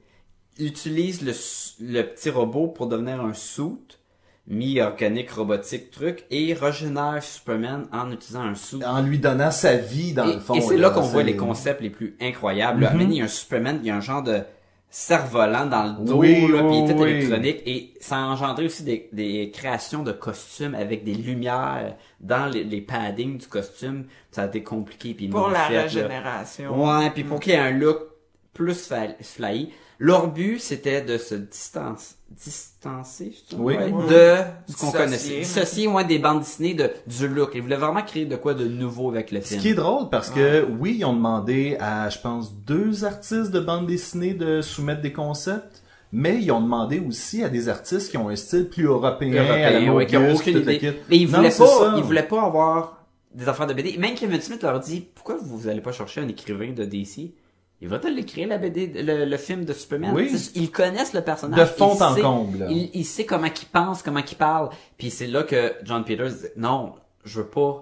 Speaker 3: il utilise le, s- le petit robot pour devenir un soute mi-organique robotique truc et régénère Superman en utilisant un soute.
Speaker 2: En lui donnant sa vie, dans
Speaker 3: Et,
Speaker 2: le fond. Mm-hmm.
Speaker 3: et c'est là, qu'on voit les concepts les plus incroyables. là. Amener, il y a un Superman, il y a un genre de cerf-volant dans le dos,
Speaker 2: Oui,
Speaker 3: là, puis il est
Speaker 2: oui,
Speaker 3: tout
Speaker 2: oui.
Speaker 3: électronique. Et ça a engendré aussi des, des créations de costumes avec des lumières dans les, les paddings du costume. Ça a été compliqué. Puis
Speaker 1: Pour la
Speaker 3: modifié, là.
Speaker 1: régénération. Mm.
Speaker 3: Ouais, puis pour qu'il y ait un look plus fa- flahi. Leur but, c'était de se distance, distancer, je sais pas,
Speaker 2: Oui.
Speaker 3: ouais,
Speaker 1: Ouais.
Speaker 3: de ce qu'on
Speaker 1: Dissocier,
Speaker 3: connaissait.
Speaker 1: mais-
Speaker 3: Dissocier, ouais, des bandes dessinées de, du look. Ils voulaient vraiment créer de quoi de nouveau avec le
Speaker 2: Ce
Speaker 3: film.
Speaker 2: qui est drôle parce que oui, ils ont demandé à, je pense, deux artistes de bande dessinée de soumettre des concepts, mais ils ont demandé aussi à des artistes qui ont un style plus européen, à la
Speaker 3: Européens, ouais, qui ont
Speaker 2: Mobius,
Speaker 3: aucune
Speaker 2: puis tout le
Speaker 3: idée.
Speaker 2: kit.
Speaker 3: Mais ils
Speaker 2: Non,
Speaker 3: voulaient
Speaker 2: c'est
Speaker 3: pas,
Speaker 2: ça.
Speaker 3: ils voulaient pas avoir des affaires de BD. Même Kevin Smith leur dit, pourquoi vous allez pas chercher un écrivain de DC? Il va te l'écrire, la BD, le, le film de Superman.
Speaker 2: Oui.
Speaker 3: Tu sais, Ils connaissent le personnage.
Speaker 2: De fond
Speaker 3: Il
Speaker 2: en
Speaker 3: sait-
Speaker 2: comble.
Speaker 3: Il, il sait comment il pense, comment il parle. Puis c'est là que John Peters dit, non, je veux pas.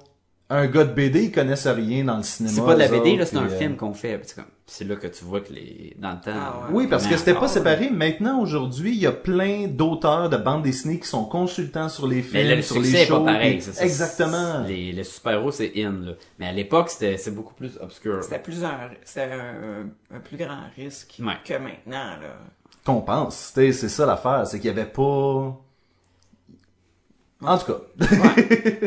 Speaker 2: Un gars de BD, ils connaissent rien dans le cinéma.
Speaker 3: C'est pas de la
Speaker 2: eux
Speaker 3: BD,
Speaker 2: autres,
Speaker 3: là, c'est un
Speaker 2: puis, euh,
Speaker 3: film qu'on fait. Puis C'est comme- puis c'est là que tu vois que les, dans le temps.
Speaker 1: Ah ouais.
Speaker 2: Oui, parce que
Speaker 3: Mais
Speaker 2: c'était pas
Speaker 3: encore,
Speaker 2: séparé. Maintenant, aujourd'hui, il y a plein d'auteurs de bandes dessinées qui sont consultants sur les films,
Speaker 3: Mais le, le
Speaker 2: sur
Speaker 3: succès
Speaker 2: les
Speaker 3: est pas
Speaker 2: shows.
Speaker 3: pareil.
Speaker 2: puis-
Speaker 3: c'est ça.
Speaker 2: Exactement.
Speaker 3: Les, les super-héros, c'est in, là. Mais à l'époque, c'était, c'est beaucoup plus obscur.
Speaker 1: C'était plus un, c'était un, un plus grand risque
Speaker 3: Ouais.
Speaker 1: que maintenant, là.
Speaker 2: Qu'on pense, t'sais, c'est ça l'affaire, c'est qu'il y avait pas. En tout cas,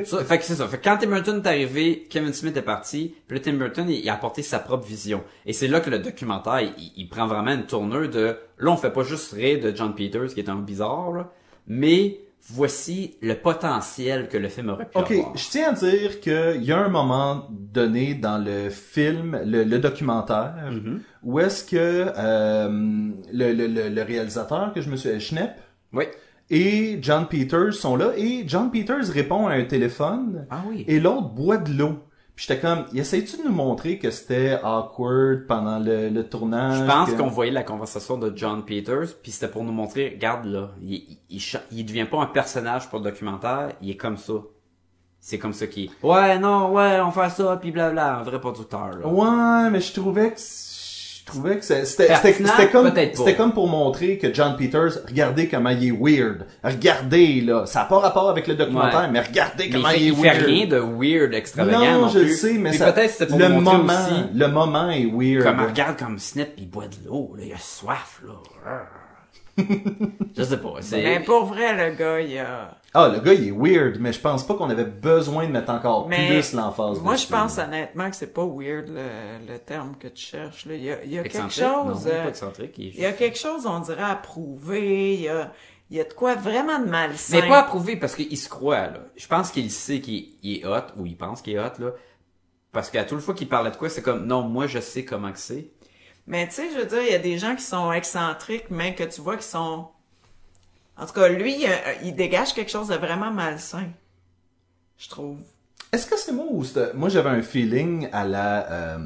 Speaker 3: Ça, fait que c'est ça. Fait que quand Tim Burton est arrivé, Kevin Smith est parti, puis là, Tim Burton, il, il a apporté sa propre vision. Et c'est là que le documentaire, il, il prend vraiment une tournure de, là, on fait pas juste rire de John Peters, qui est un bizarre, là, mais voici le potentiel que le film aurait pu
Speaker 2: ok,
Speaker 3: avoir.
Speaker 2: je tiens à dire qu'il y a un moment donné dans le film, le, le documentaire,
Speaker 3: Mhm.
Speaker 2: où est-ce que euh, le, le- le- le réalisateur que je me suis, Schnepp,
Speaker 3: Oui.
Speaker 2: et John Peters sont là, et John Peters répond à un téléphone.
Speaker 3: Ah oui.
Speaker 2: Et l'autre boit de l'eau. Puis j'étais comme, essayes-tu de nous montrer que c'était awkward pendant le, le tournage?
Speaker 3: Je pense
Speaker 2: que-
Speaker 3: qu'on voyait la conversation de John Peters, puis c'était pour nous montrer, regarde là, il, il, il, cha- il devient pas un personnage pour le documentaire, il est comme ça. C'est comme ça qu'il est. Ouais, non, ouais, on fait ça, puis blabla, un vrai producteur, là.
Speaker 2: Ouais, mais je trouvais que je trouvais que c'est- c'était c'était
Speaker 3: Pertinent,
Speaker 2: c'était comme
Speaker 3: peut-être pas.
Speaker 2: c'était comme pour montrer que John Peters regardez comment il est weird regardez là ça n'a pas rapport avec le documentaire
Speaker 3: Ouais.
Speaker 2: mais regardez
Speaker 3: Mais
Speaker 2: comment
Speaker 3: il, fait,
Speaker 2: il,
Speaker 3: il
Speaker 2: est
Speaker 3: fait
Speaker 2: weird
Speaker 3: rien de weird, extravagant.
Speaker 2: non,
Speaker 3: Non,
Speaker 2: je
Speaker 3: plus.
Speaker 2: le sais mais
Speaker 3: Puis
Speaker 2: ça
Speaker 3: peut-être c'était pour
Speaker 2: le
Speaker 3: nous montrer
Speaker 2: moment
Speaker 3: aussi
Speaker 2: le moment est weird
Speaker 3: comme on regarde comme Snip il boit de l'eau, là, il a soif <laughs> là. je sais pas,
Speaker 1: Mais
Speaker 3: c'est
Speaker 1: Ben, pour vrai, le gars, il a...
Speaker 2: ah le gars il est weird mais je pense pas qu'on avait besoin de mettre encore
Speaker 1: Mais
Speaker 2: plus l'emphase
Speaker 1: moi, je
Speaker 2: dessus.
Speaker 1: pense honnêtement que c'est pas weird le, le terme que tu cherches. Là. Il y a, il y a quelque
Speaker 3: excentrique, non,
Speaker 1: chose.
Speaker 3: pas
Speaker 1: euh,
Speaker 3: excentrique, il est
Speaker 1: il y a
Speaker 3: juste-
Speaker 1: quelque chose, on dirait, à prouver. Il y a, il y a de quoi vraiment de malsain.
Speaker 3: Mais pas approuvé parce qu'il se croit, là. Je pense qu'il sait qu'il il est hot, ou il pense qu'il est hot, là. Parce qu'à toute fois qu'il parlait de quoi, c'est comme, non, moi, je sais comment que c'est.
Speaker 1: Mais tu sais, je veux dire, il y a des gens qui sont excentriques, mais que tu vois qui sont. En tout cas, lui, il, a- il dégage quelque chose de vraiment malsain. Je trouve.
Speaker 2: Est-ce que c'est moi ou c'est- moi j'avais un feeling à la euh,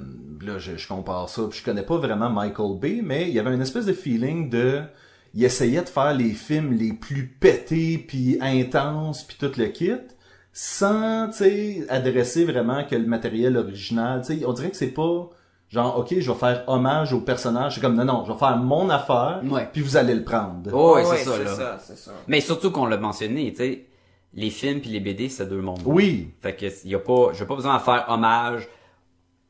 Speaker 2: là je, je compare ça puis je connais pas vraiment Michael Bay mais il y avait une espèce de feeling de il essayait de faire les films les plus pétés puis intenses puis tout le kit sans tu sais adresser vraiment que le matériel original tu sais on dirait que c'est pas genre OK je vais faire hommage au personnage c'est comme non non je vais faire mon affaire
Speaker 3: Ouais.
Speaker 2: puis vous allez le prendre
Speaker 3: Oh, ouais, c'est ça, là.
Speaker 1: c'est ça.
Speaker 3: Mais surtout qu'on l'a mentionné, tu sais, les films puis les BD, c'est deux mondes.
Speaker 2: oui
Speaker 3: Fait que, il y a pas, j'ai pas besoin de faire hommage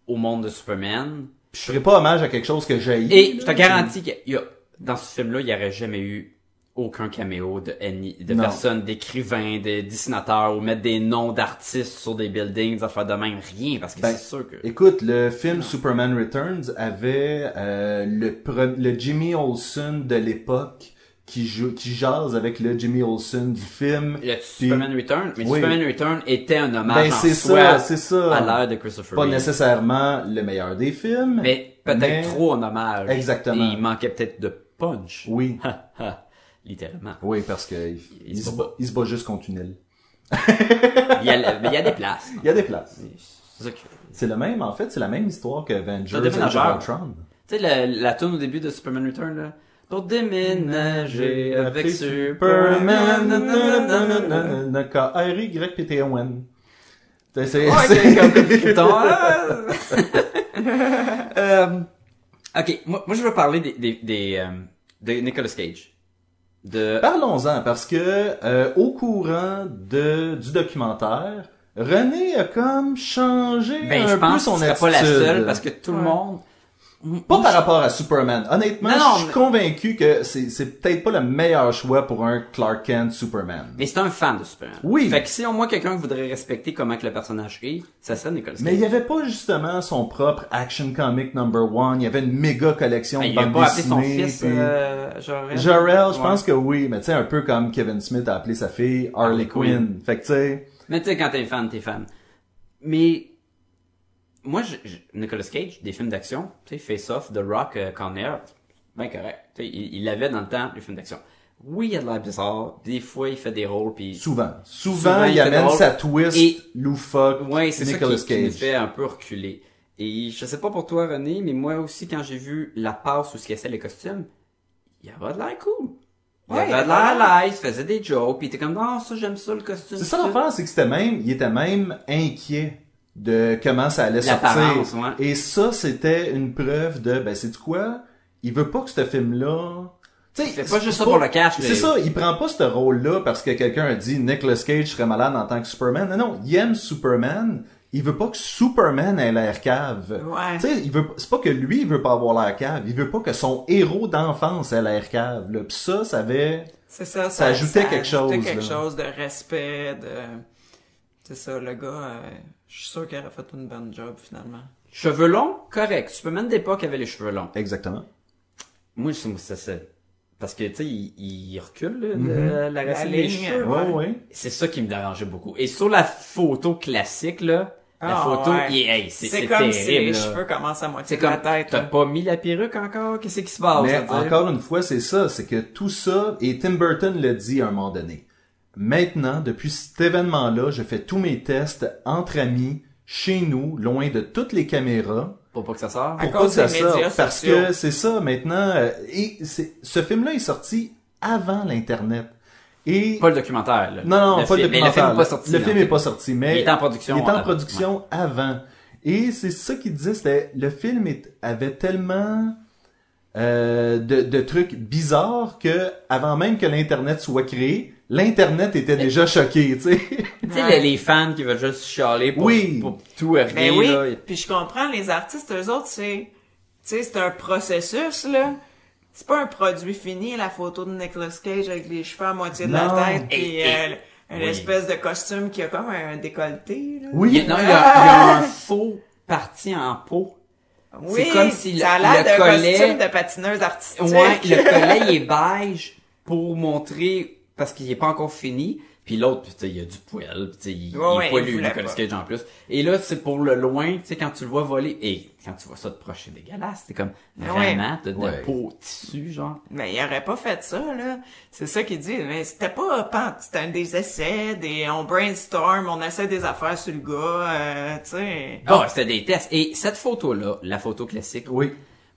Speaker 3: au monde de Superman.
Speaker 2: je ferai pas hommage à quelque chose que j'ai
Speaker 3: Et je te garantis que y a- dans ce film-là, il n'y aurait jamais eu aucun caméo de any, de
Speaker 2: Non.
Speaker 3: personnes, d'écrivains, de dessinateurs, ou mettre des noms d'artistes sur des buildings, à faire de même, rien, parce que
Speaker 2: Ben,
Speaker 3: c'est sûr que...
Speaker 2: Écoute, le film Superman Returns avait euh, le, pre- le Jimmy Olsen de l'époque qui, joue, qui jase avec le Jimmy Olsen du film.
Speaker 3: Le
Speaker 2: Puis-
Speaker 3: Superman Return, mais
Speaker 2: Oui.
Speaker 3: Superman Return était un hommage
Speaker 2: Ben
Speaker 3: en
Speaker 2: c'est
Speaker 3: soi
Speaker 2: ça, c'est ça.
Speaker 3: à l'ère de Christopher
Speaker 2: Pas
Speaker 3: Reeve.
Speaker 2: nécessairement le meilleur des films.
Speaker 3: Mais peut-être
Speaker 2: Mais-
Speaker 3: trop un hommage.
Speaker 2: Exactement.
Speaker 3: Et il manquait peut-être de punch. <laughs>
Speaker 2: Oui,
Speaker 3: Littéralement.
Speaker 2: oui, parce que il,
Speaker 3: Il
Speaker 2: il se
Speaker 3: se bat.
Speaker 2: bat, il se bat juste contre une île.
Speaker 3: Il y a, mais il y a des places.
Speaker 2: <laughs> Il y a des places.
Speaker 3: C'est ça que-
Speaker 2: C'est le même, en fait, c'est la même histoire que Avengers
Speaker 3: Un
Speaker 2: Age
Speaker 3: déménageur.
Speaker 2: of Ultron.
Speaker 3: Tu sais, la, la tune au début de Superman Return, là. Pour déménager avec Superman. nananananana.
Speaker 2: Superman, K-R-Y-P-T-O-N. C'est- c'est-
Speaker 3: Ouais,
Speaker 2: c'est-
Speaker 3: c'est comme le petit piton.
Speaker 2: hein.
Speaker 3: Ah! <laughs> Euh, ok, moi, moi je veux parler des, des, des, euh, de Nicolas Cage. De...
Speaker 2: Parlons-en parce que euh, au courant de du documentaire, René a comme changé
Speaker 3: Ben,
Speaker 2: un
Speaker 3: je
Speaker 2: peu
Speaker 3: ben, pense que
Speaker 2: son
Speaker 3: ce serait
Speaker 2: attitude.
Speaker 3: pas la seule parce que tout le
Speaker 1: Ouais.
Speaker 3: monde
Speaker 2: Pas par rapport à Superman. Honnêtement,
Speaker 1: Non, non,
Speaker 2: je suis
Speaker 1: mais-
Speaker 2: convaincu que c'est c'est peut-être pas le meilleur choix pour un Clark Kent Superman.
Speaker 3: Mais c'est un fan de Superman.
Speaker 2: Oui.
Speaker 3: Fait que si au moins quelqu'un voudrait respecter comment que le personnage est, ça serait Nicolas Cage.
Speaker 2: Mais il y avait pas justement son propre Action Comic Number One. Il y avait une méga collection
Speaker 3: Ah,
Speaker 2: de
Speaker 3: il a
Speaker 2: bandes
Speaker 3: pas appelé son
Speaker 2: dessinées,
Speaker 3: fils,
Speaker 2: puis-
Speaker 1: Euh, Jorel.
Speaker 2: Jor-El, je
Speaker 3: Ouais.
Speaker 2: pense que oui, mais tu sais, un peu comme Kevin Smith a appelé sa fille Harley
Speaker 3: Harley Quinn.
Speaker 2: Quinn. Fait que tu sais,
Speaker 3: Mais tu sais, quand t'es fan, t'es fan. Mais moi, je, je- Nicolas Cage, des films d'action, tu sais, Face Off, The Rock, euh, Con Air, ben correct. Tu sais, il, il avait dans le temps les films d'action. Oui, il a de l'air bizarre. Des fois, il fait des rôles, puis
Speaker 2: souvent. Souvent,
Speaker 3: Souvent,
Speaker 2: il,
Speaker 3: il fait
Speaker 2: amène
Speaker 3: drôle.
Speaker 2: sa twist
Speaker 3: Et-
Speaker 2: loufoque
Speaker 3: ouais, c'est ça qui,
Speaker 2: Nicolas
Speaker 3: qui nous
Speaker 2: Cage.
Speaker 3: fait un peu reculer. Et je sais pas pour toi, René, mais moi aussi, quand j'ai vu la passe où se cassaient les costumes, il avait de l'air cool. Il
Speaker 1: Ouais, il
Speaker 3: avait de
Speaker 1: avait
Speaker 3: l'air
Speaker 1: l'air-
Speaker 3: à l'aise, il faisait des jokes, puis t'es comme, non, ça, j'aime ça, le costume.
Speaker 2: C'est ça
Speaker 3: tout.
Speaker 2: l'affaire, c'est que c'était même, il était même inquiet de comment ça allait sortir.
Speaker 3: L'apparence, ouais.
Speaker 2: Et ça, c'était une preuve de, ben, c'est du quoi? Il veut pas que ce film-là... Tu sais,
Speaker 3: fait pas juste ça pour le cash,
Speaker 2: C'est
Speaker 3: mais-
Speaker 2: ça, il prend pas ce rôle-là parce que quelqu'un a dit Nicolas Cage serait malade en tant que Superman. Non, non, il aime Superman. Il veut pas que Superman ait l'air cave.
Speaker 1: Ouais.
Speaker 2: Tu sais, il veut, c'est pas que lui, il veut pas avoir l'air cave. Il veut pas que son héros d'enfance ait l'air cave, là. Pis ça, ça avait...
Speaker 1: C'est ça, ça,
Speaker 2: ajoutait
Speaker 1: ça
Speaker 2: quelque
Speaker 1: ajoutait
Speaker 2: chose,
Speaker 1: quelque
Speaker 2: là.
Speaker 1: chose de respect, de. C'est ça, le gars, euh, je suis sûr qu'il aurait fait une bonne job finalement.
Speaker 3: Cheveux longs, correct. Superman d'époque avait les cheveux longs.
Speaker 2: Exactement.
Speaker 3: Moi, je trouve ça, ça. Parce que, tu sais, il, il recule, là,
Speaker 2: Mm-hmm.
Speaker 3: le- la racine des
Speaker 1: ligne.
Speaker 3: cheveux.
Speaker 2: Ouais,
Speaker 1: Ouais.
Speaker 2: ouais.
Speaker 3: C'est ça qui me dérangeait beaucoup. Et sur la photo classique, là, la
Speaker 1: Ah,
Speaker 3: photo,
Speaker 1: ouais.
Speaker 3: il- hey, c'est
Speaker 1: C'est
Speaker 3: c'est
Speaker 1: comme
Speaker 3: terrible,
Speaker 1: si les
Speaker 3: là.
Speaker 1: cheveux commencent à moitié
Speaker 3: C'est
Speaker 1: de la
Speaker 3: comme,
Speaker 1: tête. hein.
Speaker 3: t'as
Speaker 1: là.
Speaker 3: pas mis la perruque encore? Qu'est-ce qui se
Speaker 1: Ah,
Speaker 3: passe?
Speaker 2: Mais
Speaker 3: c'est-à-dire?
Speaker 2: encore une fois, c'est ça, c'est que tout ça, et Tim Burton le dit à un moment donné. Maintenant, depuis cet événement-là, je fais tous mes tests entre amis, chez nous, loin de toutes les caméras.
Speaker 3: Pour pas que ça sorte.
Speaker 1: À
Speaker 2: Pourquoi
Speaker 1: cause
Speaker 2: ça
Speaker 1: des médias
Speaker 2: sort? Parce
Speaker 1: sociaux.
Speaker 2: que c'est ça, maintenant, euh, et c'est- ce film-là est sorti avant l'Internet. Et
Speaker 3: Pas le documentaire, là.
Speaker 2: non, non,
Speaker 3: Le
Speaker 2: pas le
Speaker 3: film. Mais
Speaker 2: documentaire.
Speaker 3: Le film est pas sorti.
Speaker 2: Le
Speaker 3: là.
Speaker 2: film est pas sorti, mais
Speaker 3: Il était en production euh,
Speaker 2: Il était en
Speaker 3: avant.
Speaker 2: production avant. Et c'est ça qu'il disait, c'était le film est- avait tellement euh, de, de trucs bizarres que avant même que l'internet soit créé, l'internet était déjà choqué, tu sais.
Speaker 3: Tu sais, les, les fans qui veulent juste chialer pour,
Speaker 2: Oui.
Speaker 3: pour tout et rien,
Speaker 1: Mais Ben oui,
Speaker 3: là.
Speaker 1: puis je comprends, les artistes, eux autres, c'est... Tu sais, c'est un processus, là. C'est pas un produit fini, la photo de Nicolas Cage avec les cheveux à moitié de
Speaker 2: Non.
Speaker 1: la tête,
Speaker 3: Et-
Speaker 1: puis
Speaker 3: et-
Speaker 1: euh, une
Speaker 3: oui.
Speaker 1: espèce de costume qui a comme un décolleté, là.
Speaker 3: Il y a- non, il y, a, il y
Speaker 1: Ah!
Speaker 3: a un faux parti en peau.
Speaker 1: Oui,
Speaker 3: c'est comme si le-
Speaker 1: ça a l'air
Speaker 3: le
Speaker 1: d'un
Speaker 3: collet-
Speaker 1: costume de patineuse artistique.
Speaker 3: Ouais, le collet
Speaker 1: <laughs>
Speaker 3: il est beige pour montrer parce qu'il est pas encore fini. Puis l'autre, tu sais, il y a du poil, tu sais, il,
Speaker 1: Ouais,
Speaker 3: il
Speaker 1: ouais,
Speaker 3: est
Speaker 1: il
Speaker 3: poilu,
Speaker 1: voulait
Speaker 3: Nicolas
Speaker 1: pas.
Speaker 3: Cage en plus. Et là, c'est pour le loin, tu sais, quand tu le vois voler, et quand tu vois ça de proche, c'est dégueulasse. C'est comme,
Speaker 1: Ouais.
Speaker 3: vraiment, t'as de la
Speaker 2: Ouais.
Speaker 3: peau tissu, genre.
Speaker 1: Mais il aurait pas fait ça, là. C'est ça qu'il dit. Mais c'était pas pan- c'était un des essais, des, on brainstorm, on essaie des affaires sur le gars, euh, tu sais.
Speaker 3: Ah, c'était des tests. Et cette photo-là, la photo classique,
Speaker 2: Oui.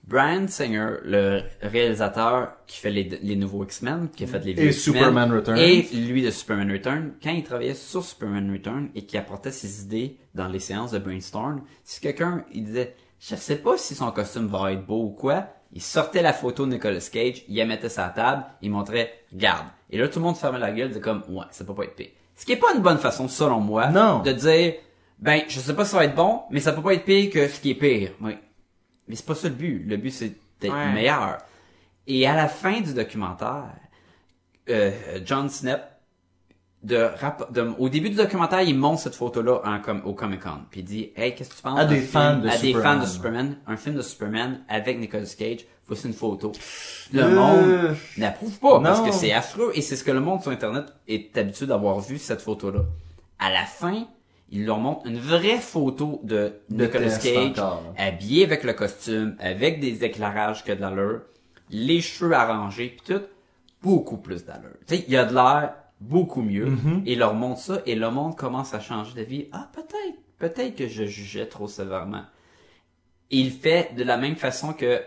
Speaker 3: Brian Singer, le réalisateur qui fait les, les nouveaux X-Men, qui a fait les
Speaker 2: Et
Speaker 3: vieux X-Men,
Speaker 2: Superman Returns.
Speaker 3: Et lui de Superman Return, quand il travaillait sur Superman Return et qui apportait ses idées dans les séances de brainstorm, si quelqu'un, il disait, je sais pas si son costume va être beau ou quoi, il sortait la photo de Nicolas Cage, il la mettait sur la table, il montrait, regarde. Et là, tout le monde fermait la gueule, disait comme, ouais, ça peut pas être pire. Ce qui est pas une bonne façon, selon moi,
Speaker 2: Non.
Speaker 3: de dire, ben, je sais pas si ça va être bon, mais ça peut pas être pire que ce qui est pire. Oui. Mais c'est pas ça le but. Le but, c'est d'être
Speaker 1: Ouais.
Speaker 3: meilleur. Et à la fin du documentaire, euh, John Snap, de rap- de- au début du documentaire, il montre cette photo-là en com- au Comic-Con. Puis il dit, hey, qu'est-ce que tu penses?
Speaker 2: À
Speaker 3: d'un
Speaker 2: des
Speaker 3: film-
Speaker 2: fans de
Speaker 3: à des
Speaker 2: Superman.
Speaker 3: fans de Superman. Un film de Superman avec Nicolas Cage. Voici une photo. Le
Speaker 2: Euh,
Speaker 3: monde n'approuve pas parce
Speaker 2: non.
Speaker 3: que c'est affreux et c'est ce que le monde sur Internet est habitué d'avoir vu cette photo-là. À la fin, il leur montre une vraie photo de
Speaker 2: De
Speaker 3: Nicolas
Speaker 2: test
Speaker 3: Cage
Speaker 2: encore.
Speaker 3: habillé avec le costume, avec des éclairages que de l'allure, les cheveux arrangés puis tout, beaucoup plus d'allure. Tu sais, il y a de l'air beaucoup mieux.
Speaker 2: Mm-hmm.
Speaker 3: Et leur montre ça et le monde commence à changer d'avis. Ah, peut-être, peut-être que je jugeais trop sévèrement. Et il fait de la même façon que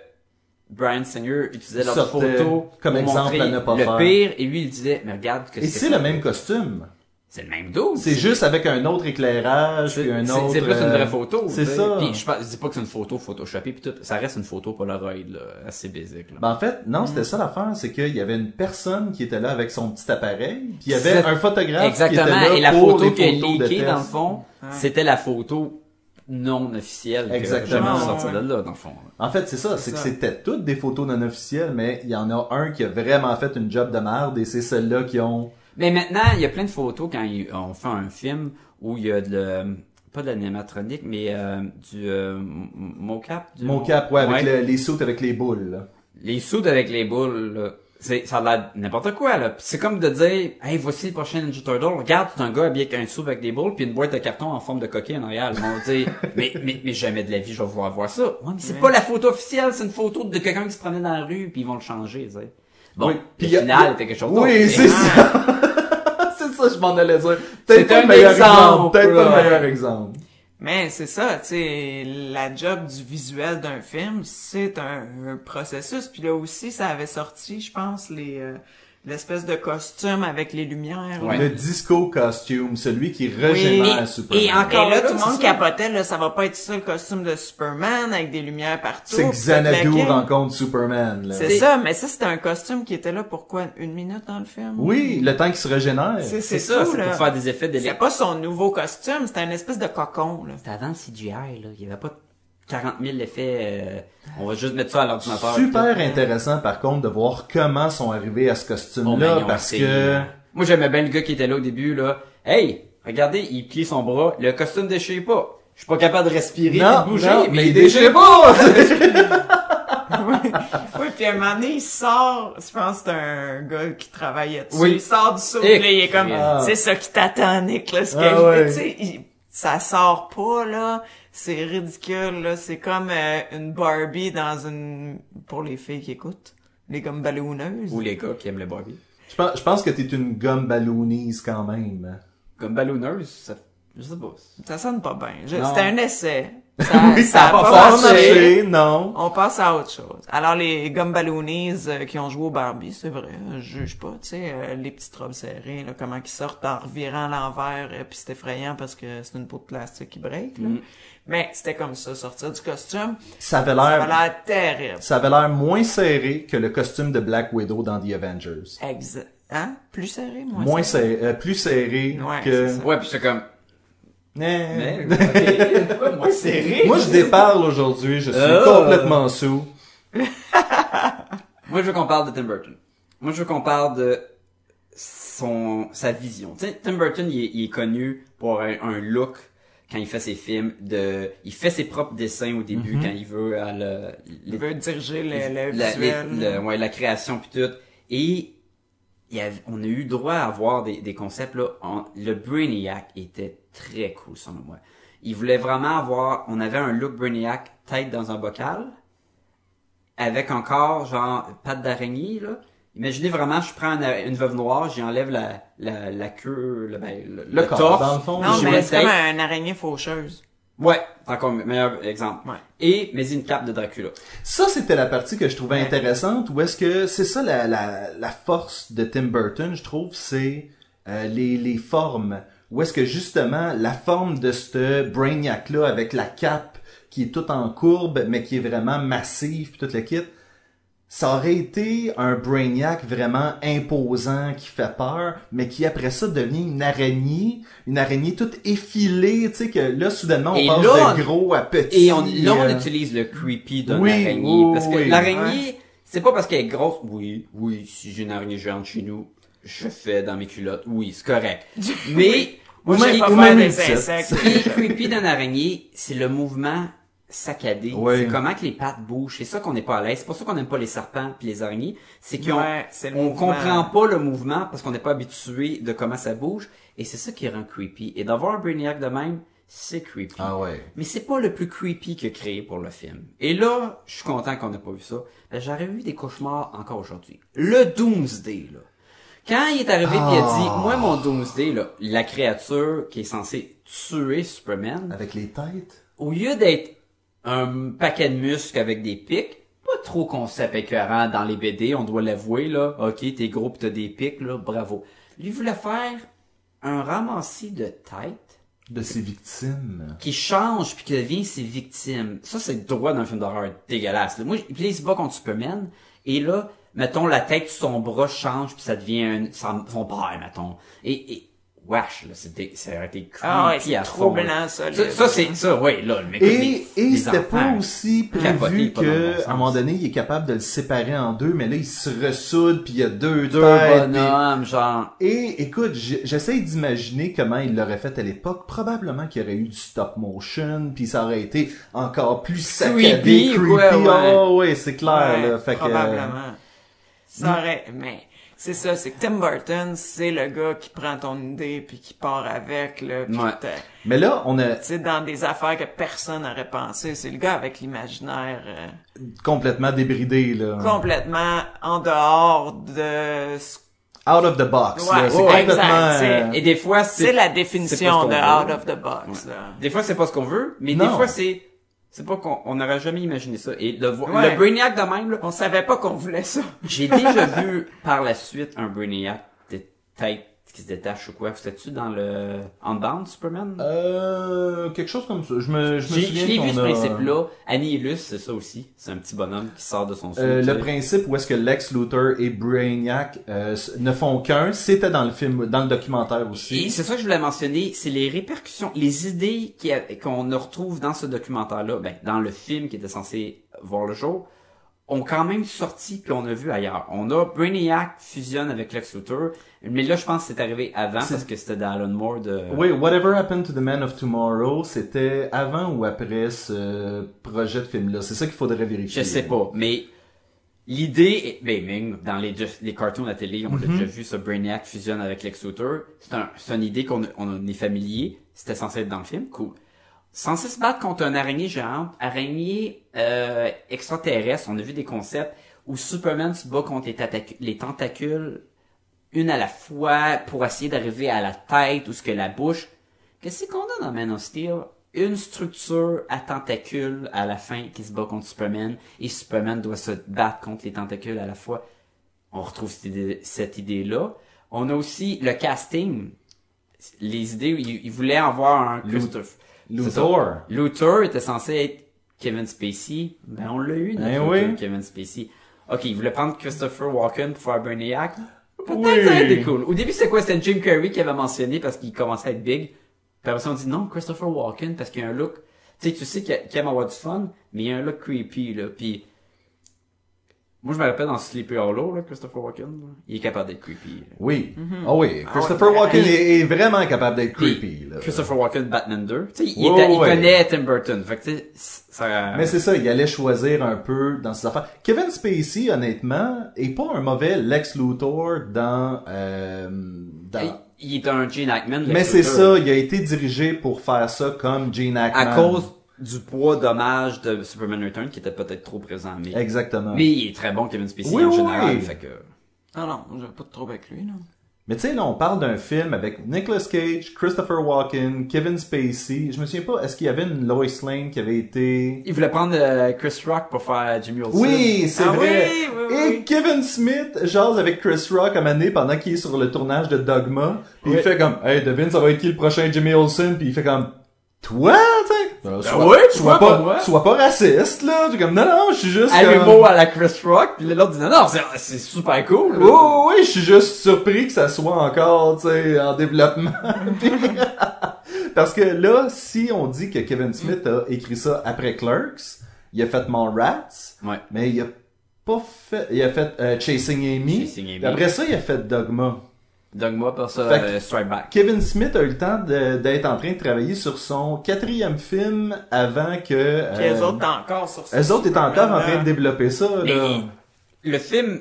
Speaker 3: Brian Singer utilisait leurs
Speaker 2: Sortait
Speaker 3: photos
Speaker 2: comme
Speaker 3: pour
Speaker 2: exemple
Speaker 3: montrer
Speaker 2: à ne pas
Speaker 3: le
Speaker 2: faire.
Speaker 3: pire et lui il disait mais regarde que
Speaker 2: Et
Speaker 3: c'est
Speaker 2: c'est
Speaker 3: ça.
Speaker 2: le même costume.
Speaker 3: c'est le même dos
Speaker 2: C'est juste avec un autre éclairage, puis
Speaker 3: c'est
Speaker 2: un
Speaker 3: c'est-
Speaker 2: autre...
Speaker 3: c'est plus une
Speaker 2: euh,
Speaker 3: vraie photo.
Speaker 2: C'est
Speaker 3: tu sais.
Speaker 2: ça.
Speaker 3: Puis je, pense- je dis pas que c'est une photo photoshopée puis tout, ça reste une photo Polaroid là, assez basique. là.
Speaker 2: Ben, en fait, non, c'était ça l'affaire, c'est qu'il y avait une personne qui était là avec son petit appareil, puis il y avait
Speaker 3: C'est-
Speaker 2: un photographe qui
Speaker 3: Exactement.
Speaker 2: était là
Speaker 3: et la
Speaker 2: pour
Speaker 3: photo
Speaker 2: les
Speaker 3: qui est
Speaker 2: photos de
Speaker 3: leakée
Speaker 2: test.
Speaker 3: dans le fond,
Speaker 1: Ouais.
Speaker 3: c'était la photo non officielles
Speaker 2: Exactement.
Speaker 3: que jamais sorties de là, dans le fond.
Speaker 2: En fait, c'est ça, c'est que
Speaker 1: ça.
Speaker 2: c'était toutes des photos non officielles, mais il y en a un qui a vraiment fait une job de merde et c'est celles-là qui ont...
Speaker 3: Mais maintenant, il y a plein de photos quand il- on fait un film où il y a de le- pas de l'animatronique, mais euh, du euh, m- m- mocap. du-
Speaker 2: Mon cap, ouais, avec le- les sautes avec les boules. là.
Speaker 3: Les soudes avec les boules, là, c'est, ça a l'air n'importe quoi, là. Puis c'est comme de dire, hey, voici le prochain Ninja Turtle. Regarde, c'est un gars habillé avec un soude avec des boules puis une boîte de carton en forme de coquille en arrière. Le monde
Speaker 2: <laughs>
Speaker 3: dit, mais, mais, mais jamais de la vie, je vais vouloir voir ça. Ouais, mais c'est pas la photo officielle, c'est une photo de quelqu'un qui se promenait dans la rue puis ils vont le changer, tu sais. Bon,
Speaker 2: Oui, puis
Speaker 3: puis le
Speaker 2: y a- Oh!
Speaker 3: final, c'était quelque chose d'autre.
Speaker 2: Oui,
Speaker 3: Mais-
Speaker 2: c'est ça. <laughs> c'est ça, je m'en allais dire.
Speaker 3: C'est
Speaker 2: Peut-être pas
Speaker 3: un
Speaker 2: le meilleur
Speaker 3: exemple,
Speaker 2: exemple. Peut-être pas
Speaker 3: là.
Speaker 2: le meilleur exemple.
Speaker 1: Mais c'est ça, tu sais, la job du visuel d'un film, c'est un, un processus. Puis là aussi, ça avait sorti, je pense, les euh, l'espèce de costume avec les lumières.
Speaker 3: Ouais.
Speaker 2: Le disco costume, celui qui
Speaker 1: Oui,
Speaker 2: régénère Superman.
Speaker 1: et encore
Speaker 3: Et
Speaker 1: là,
Speaker 3: là,
Speaker 1: tout le
Speaker 3: c'est
Speaker 1: monde
Speaker 3: ça.
Speaker 1: capotait, là, ça va pas être ça le costume de Superman avec des lumières partout.
Speaker 2: C'est que
Speaker 1: puis toute la
Speaker 2: Xanadu
Speaker 1: quête.
Speaker 2: rencontre Superman. Là.
Speaker 1: C'est ça, mais ça, c'était un costume qui était là pour quoi? Une minute dans le film?
Speaker 2: Oui, le temps qui se régénère.
Speaker 1: C'est
Speaker 3: C'est
Speaker 1: c'est
Speaker 3: ça,
Speaker 1: tout,
Speaker 3: c'est
Speaker 1: là.
Speaker 3: pour faire des effets
Speaker 1: C'était
Speaker 3: d'électricité.
Speaker 1: pas son nouveau costume, c'était une espèce de cocon, là. <laughs>
Speaker 3: C'était avant le CGI, là. Il y avait pas 40 000 effets. euh, on va juste mettre ça à l'ordinateur.
Speaker 2: Super intéressant par contre de voir comment sont arrivés à ce
Speaker 3: Bon,
Speaker 2: costume-là
Speaker 3: ben, ils ont
Speaker 2: parce
Speaker 3: essayé,
Speaker 2: que
Speaker 3: là. Moi, j'aimais bien le gars qui était là au début, là. Hey! Regardez, il plie son bras. Le costume déchire pas. Je suis pas capable de respirer
Speaker 2: Non,
Speaker 3: et de bouger,
Speaker 2: non,
Speaker 3: mais,
Speaker 2: mais
Speaker 3: il
Speaker 2: il
Speaker 3: déchire
Speaker 2: déchire
Speaker 3: pas!
Speaker 1: Oui, puis à un moment donné, il sort, je pense que c'est un gars qui travaillait dessus,
Speaker 3: Oui.
Speaker 1: il sort du souffle,
Speaker 3: Et-
Speaker 1: là, il est comme,
Speaker 2: Ah.
Speaker 1: c'est ça qui t'attend, Nick, là, ce que
Speaker 2: Ah
Speaker 1: je veux,
Speaker 2: ouais.
Speaker 1: tu sais, il- ça sort pas, là, c'est ridicule, là, c'est comme euh, une Barbie dans une, pour les filles qui écoutent, les comme ballonneuses.
Speaker 3: <laughs> Ou les gars qui aiment le Barbie.
Speaker 2: je pense, je pense que t'es une gomme ballonise quand même. hein.
Speaker 3: Comme ballonneuse, ça... Je sais pas.
Speaker 1: Ça sonne pas bien, Je-
Speaker 3: Non.
Speaker 1: c'était un essai, ça,
Speaker 2: Oui,
Speaker 1: ça a pas,
Speaker 2: pas
Speaker 1: marché.
Speaker 2: marché, non.
Speaker 1: On passe à autre chose. Alors les gumballoonies euh, qui ont joué au Barbie, c'est vrai, je juge pas, tu sais, euh, les petites robes serrées, là, comment qu'ils sortent en revirant l'envers, euh, puis c'est effrayant parce que c'est une peau de plastique qui break. là. Mais c'était comme ça, sortir du costume,
Speaker 2: Ça avait
Speaker 1: ça a
Speaker 2: l'air,
Speaker 1: l'air terrible.
Speaker 2: ça avait l'air moins serré que le costume de Black Widow dans The Avengers.
Speaker 1: Exact. Hein? Plus serré, moins,
Speaker 2: Moins serré, euh, plus serré
Speaker 1: Ouais,
Speaker 2: que.
Speaker 1: c'est ça.
Speaker 3: Ouais, pis c'est
Speaker 2: <laughs>
Speaker 3: comme...
Speaker 2: Eh.
Speaker 3: Mais, ok, ouais, moi, c'est rire.
Speaker 2: Moi, je déparle aujourd'hui, je suis
Speaker 3: Oh.
Speaker 2: complètement sous.
Speaker 3: Moi, je veux qu'on parle de Tim Burton. Moi, je veux qu'on parle de son, sa vision. Tu sais, Tim Burton, il est, il est connu pour un, un look quand il fait ses films de, il fait ses propres dessins au début quand il veut à le,
Speaker 1: Mhm. Il veut diriger
Speaker 3: les-
Speaker 1: le, le
Speaker 3: la,
Speaker 1: visuel.
Speaker 3: les- le- ouais, la création puis tout. Et il y avait- on a eu droit à voir des, des concepts là. En- le Brainiac était très cool selon moi. Il voulait vraiment avoir, on avait un look Brainiac tête dans un bocal avec encore genre patte d'araignée là. Imaginez vraiment, je prends une, une veuve noire, j'y enlève la, la, la queue, le, ben, le, le
Speaker 2: corps,
Speaker 3: torse.
Speaker 2: dans le fond.
Speaker 1: Non,
Speaker 3: puis je
Speaker 1: mais
Speaker 3: mets
Speaker 1: c'est
Speaker 3: une
Speaker 1: comme
Speaker 3: tête.
Speaker 1: un araignée faucheuse.
Speaker 3: Ouais, encore meilleur exemple.
Speaker 1: Ouais.
Speaker 3: Et, mais une cape de Dracula.
Speaker 2: Ça, c'était la partie que je trouvais intéressante, où est-ce que c'est ça la, la, la force de Tim Burton, je trouve, c'est euh, les, les formes. Où est-ce que justement la forme de ce Brainiac-là avec la cape qui est toute en courbe, mais qui est vraiment massive, puis tout le kit, ça aurait été un Brainiac vraiment imposant qui fait peur, mais qui après ça devient une araignée, une araignée toute effilée, tu sais que là soudainement on
Speaker 3: Et
Speaker 2: passe
Speaker 3: là,
Speaker 2: de gros à petit.
Speaker 3: Et on, là, on
Speaker 2: euh,
Speaker 3: utilise le creepy d'un
Speaker 2: oui,
Speaker 3: araignée.
Speaker 2: oui,
Speaker 3: parce que
Speaker 2: oui.
Speaker 3: l'araignée, c'est pas parce qu'elle est grosse. Oui, oui, si j'ai une araignée géante chez nous, je fais dans mes culottes. Oui, c'est
Speaker 2: <laughs>
Speaker 3: correct. Mais,
Speaker 1: Moi,
Speaker 3: ce
Speaker 1: je
Speaker 3: qui-
Speaker 1: sais pas
Speaker 2: ou
Speaker 1: faire
Speaker 2: même
Speaker 1: des
Speaker 2: une <laughs>
Speaker 1: insectes.
Speaker 3: ce qui est creepy d'une araignée, c'est le mouvement saccadé.
Speaker 2: Oui.
Speaker 3: C'est comment que les pattes bougent. C'est ça qu'on n'est pas à l'aise. C'est pour ça qu'on n'aime pas les serpents puis les araignées. C'est qu'on
Speaker 1: Ouais, c'est le
Speaker 3: on
Speaker 1: mouvement.
Speaker 3: comprend pas le mouvement parce qu'on n'est pas habitué de comment ça bouge. Et c'est ça qui rend creepy. Et d'avoir un Brainiac de même, c'est creepy.
Speaker 2: Ah ouais.
Speaker 3: Mais c'est pas le plus creepy que créé pour le film. Et là, je suis content qu'on n'ait pas vu ça. Ben, J'aurais eu des cauchemars encore aujourd'hui. Le Doomsday, là. Quand il est arrivé pis il a dit, moi, mon Doomsday, là, la créature qui est censée tuer Superman,
Speaker 2: Avec les têtes.
Speaker 3: au lieu d'être un paquet de muscles avec des pics, pas trop concept écœurant dans les BD, on doit l'avouer, là. Ok, t'es gros pis t'as des pics, là, bravo. Lui voulait faire un ramassis de têtes
Speaker 2: de ses victimes.
Speaker 3: qui change puis qui devient ses victimes. Ça, c'est le droit d'un film d'horreur dégueulasse. là. Moi, j- puis là, il se bat contre Superman, et là, mettons, la tête de son bras change puis ça devient un- son, son père, mettons. Et, et wesh, là, c'est des- ça a été creepy
Speaker 1: Ah ouais, c'est
Speaker 3: à fond, là.
Speaker 1: troublant, ça.
Speaker 3: Ça,
Speaker 1: le-
Speaker 3: ça, c'est ça, ouais, là, le mec.
Speaker 2: Et, et c'était pas
Speaker 3: enfants,
Speaker 2: aussi prévu
Speaker 3: capotés, pas dans le bon
Speaker 2: que,
Speaker 3: sens.
Speaker 2: à un moment donné, il est capable de le séparer en deux, mais là, il se ressoude, puis il y a deux,
Speaker 3: Deux
Speaker 2: têtes,
Speaker 3: bonhommes, genre.
Speaker 2: Et écoute, j- j'essaie d'imaginer comment il l'aurait fait à l'époque. Probablement qu'il y aurait eu du stop motion, puis ça aurait été encore plus saccadé,
Speaker 3: Creepy, quoi,
Speaker 2: creepy.
Speaker 3: ouais.
Speaker 2: Oh, ouais, c'est clair.
Speaker 1: Ouais,
Speaker 2: là. Fait que, euh,
Speaker 1: probablement. Ça aurait... Mais c'est ça, c'est que Tim Burton, c'est le gars qui prend ton idée puis qui part avec, là, puis
Speaker 3: Ouais.
Speaker 1: t'as-
Speaker 2: mais là, on a
Speaker 1: tu sais, dans des affaires que personne n'aurait pensé. C'est le gars avec l'imaginaire euh,
Speaker 2: complètement débridé là.
Speaker 1: complètement en dehors de... ce-
Speaker 2: Out of the box.
Speaker 1: Ouais,
Speaker 2: là. C'est
Speaker 1: ouais,
Speaker 2: complètement.
Speaker 1: exact, c'est-
Speaker 2: euh,
Speaker 3: Et des fois,
Speaker 1: C'est la
Speaker 3: c'est pas ce
Speaker 1: définition
Speaker 3: qu'on
Speaker 1: de out
Speaker 3: veut.
Speaker 1: of the box, là.
Speaker 3: Des fois, c'est pas ce qu'on veut, mais des
Speaker 2: Non.
Speaker 3: fois, c'est, c'est pas qu'on, on n'aurait jamais imaginé ça. Et le, vo-
Speaker 1: Ouais.
Speaker 3: le Brainiac de même, là,
Speaker 1: On savait pas qu'on voulait ça.
Speaker 3: j'ai déjà vu par la suite un Brainiac de tête qui se détache ou quoi. C'était-tu dans le Unbound Superman?
Speaker 2: euh, quelque chose comme ça. Je me, je me
Speaker 3: J'ai
Speaker 2: souviens
Speaker 3: je l'ai vu
Speaker 2: qu'on
Speaker 3: ce
Speaker 2: a-
Speaker 3: principe-là. Annihilus, c'est ça aussi. C'est un petit bonhomme qui sort de son sou.
Speaker 2: Euh,
Speaker 3: tu
Speaker 2: le
Speaker 3: sais.
Speaker 2: principe où est-ce que Lex Luthor et Brainiac euh, s- ne font qu'un, c'était dans le film, dans le documentaire aussi.
Speaker 3: Et c'est ça que je voulais mentionner, c'est les répercussions, les idées qui a- qu'on retrouve dans ce documentaire-là, ben, dans le film qui était censé voir le jour, ont quand même sorti puis on a vu ailleurs. On a Brainiac fusionne avec Lex Luthor, mais là je pense que c'est arrivé avant parce que c'était dans Alan Moore de...
Speaker 2: Oui, Whatever Happened to the Man of Tomorrow, c'était avant ou après ce projet de film-là. C'est ça qu'il faudrait vérifier.
Speaker 3: Je sais pas, mais l'idée, est, ben, même dans les, deux- les cartoons de la télé, on l'a déjà vu, ce Brainiac fusionne avec Lex Luthor. C'est un, c'est une idée qu'on on en est familier. C'était censé être dans le film, cool. Censé se battre contre un araignée géante, araignée euh, extraterrestre, on a vu des concepts où Superman se bat contre les, tatacu- les tentacules, une à la fois, pour essayer d'arriver à la tête ou ce que la bouche. Qu'est-ce qu'on a dans Man of Steel? Une structure à tentacules à la fin qui se bat contre Superman et Superman doit se battre contre les tentacules à la fois. On retrouve cette idée- cette idée-là. On a aussi le casting. Les idées, ils, ils voulaient avoir un
Speaker 2: Lu-
Speaker 3: Christophe. C'est ça.
Speaker 2: Luthor.
Speaker 3: Luthor était censé être Kevin Spacey. Ben, on l'a eu, notre
Speaker 2: Ben
Speaker 3: Luthor,
Speaker 2: oui.
Speaker 3: Kevin Spacey. Ok, il voulait prendre Christopher Walken pour faire Brainiac. Peut-être
Speaker 2: Oui.
Speaker 3: ça aurait été cool. Au début, c'était quoi? C'était Jim Carrey qui avait mentionné parce qu'il commençait à être big. Puis après ça, on dit non, Christopher Walken parce qu'il a un look... Tu sais, tu sais qu'il a- qu'il aime avoir du fun, mais il a un look creepy, là. Puis... Moi, je me rappelle dans Sleepy Hollow, là, Christopher Walken, là, il est capable d'être creepy. là.
Speaker 2: Oui.
Speaker 3: Mm-hmm.
Speaker 2: Ah oui. Christopher
Speaker 1: Ah ouais.
Speaker 2: Walken est, est vraiment capable d'être
Speaker 3: Puis,
Speaker 2: creepy. là.
Speaker 3: Christopher Walken, Batman 2. Tu sais, il,
Speaker 2: Ouais,
Speaker 3: était- il
Speaker 2: ouais.
Speaker 3: connaît Tim Burton. Fait que, tu sais, ça...
Speaker 2: Mais c'est ça, il allait choisir un peu dans ses affaires. Kevin Spacey, honnêtement, est pas un mauvais Lex Luthor dans... euh, dans...
Speaker 3: Il il est un Gene Hackman. le
Speaker 2: Mais c'est
Speaker 3: shooter.
Speaker 2: ça, il a été dirigé pour faire ça comme Gene Hackman.
Speaker 3: À cause du poids dommage de Superman Return qui était peut-être trop présent. Mais,
Speaker 2: Exactement.
Speaker 3: mais il est très bon Kevin Spacey
Speaker 2: Oui,
Speaker 3: en
Speaker 2: oui,
Speaker 3: général.
Speaker 2: oui.
Speaker 3: Fait que...
Speaker 1: Non, non, j'avais pas de trouble avec lui, non.
Speaker 2: Mais tu sais, là, on parle d'un film avec Nicolas Cage, Christopher Walken, Kevin Spacey. Je me souviens pas, est-ce qu'il y avait une Lois Lane qui avait été...
Speaker 3: Il voulait prendre euh, Chris Rock pour faire Jimmy Olsen.
Speaker 2: Oui, c'est
Speaker 1: Ah
Speaker 2: vrai.
Speaker 1: oui, oui,
Speaker 2: Et
Speaker 1: oui.
Speaker 2: Kevin Smith jase avec Chris Rock à Mané pendant qu'il est sur le tournage de Dogma. Puis il
Speaker 3: Oui.
Speaker 2: fait comme, hey, devine, ça va être qui le prochain Jimmy Olsen? Puis il fait comme, toi, tu sais, euh, sois-
Speaker 3: ouais, Ben tu
Speaker 2: sois
Speaker 3: vois, pas
Speaker 2: pas,
Speaker 3: moi.
Speaker 2: sois pas raciste, là. Tu es comme, non, non, je suis juste
Speaker 3: À
Speaker 2: comme-
Speaker 3: l'humour à la Chris Rock. Puis l'autre dit non, non, c'est- c'est super cool. là.
Speaker 2: Oh oui, je suis juste surpris que ça soit encore, tu sais, en développement. <laughs> Puis- Parce que là, si on dit que Kevin Smith a écrit ça après Clerks, il a fait Mon Rats,
Speaker 3: Ouais.
Speaker 2: mais il a pas fait, il a fait euh, Chasing Amy.
Speaker 3: Chasing Amy.
Speaker 2: Puis Après ça, il a fait Dogma.
Speaker 3: Donc moi, pour ça,
Speaker 2: Fait que-
Speaker 3: euh, Strike Back.
Speaker 2: Kevin Smith a eu le temps de- d'être en train de travailler sur son quatrième film avant que.
Speaker 1: Puis
Speaker 2: euh,
Speaker 1: eux autres, t'es encore sur ce
Speaker 2: eux autres étaient encore en train de
Speaker 1: Superman-là.
Speaker 2: développer ça. Là.
Speaker 3: Ah. Mais le film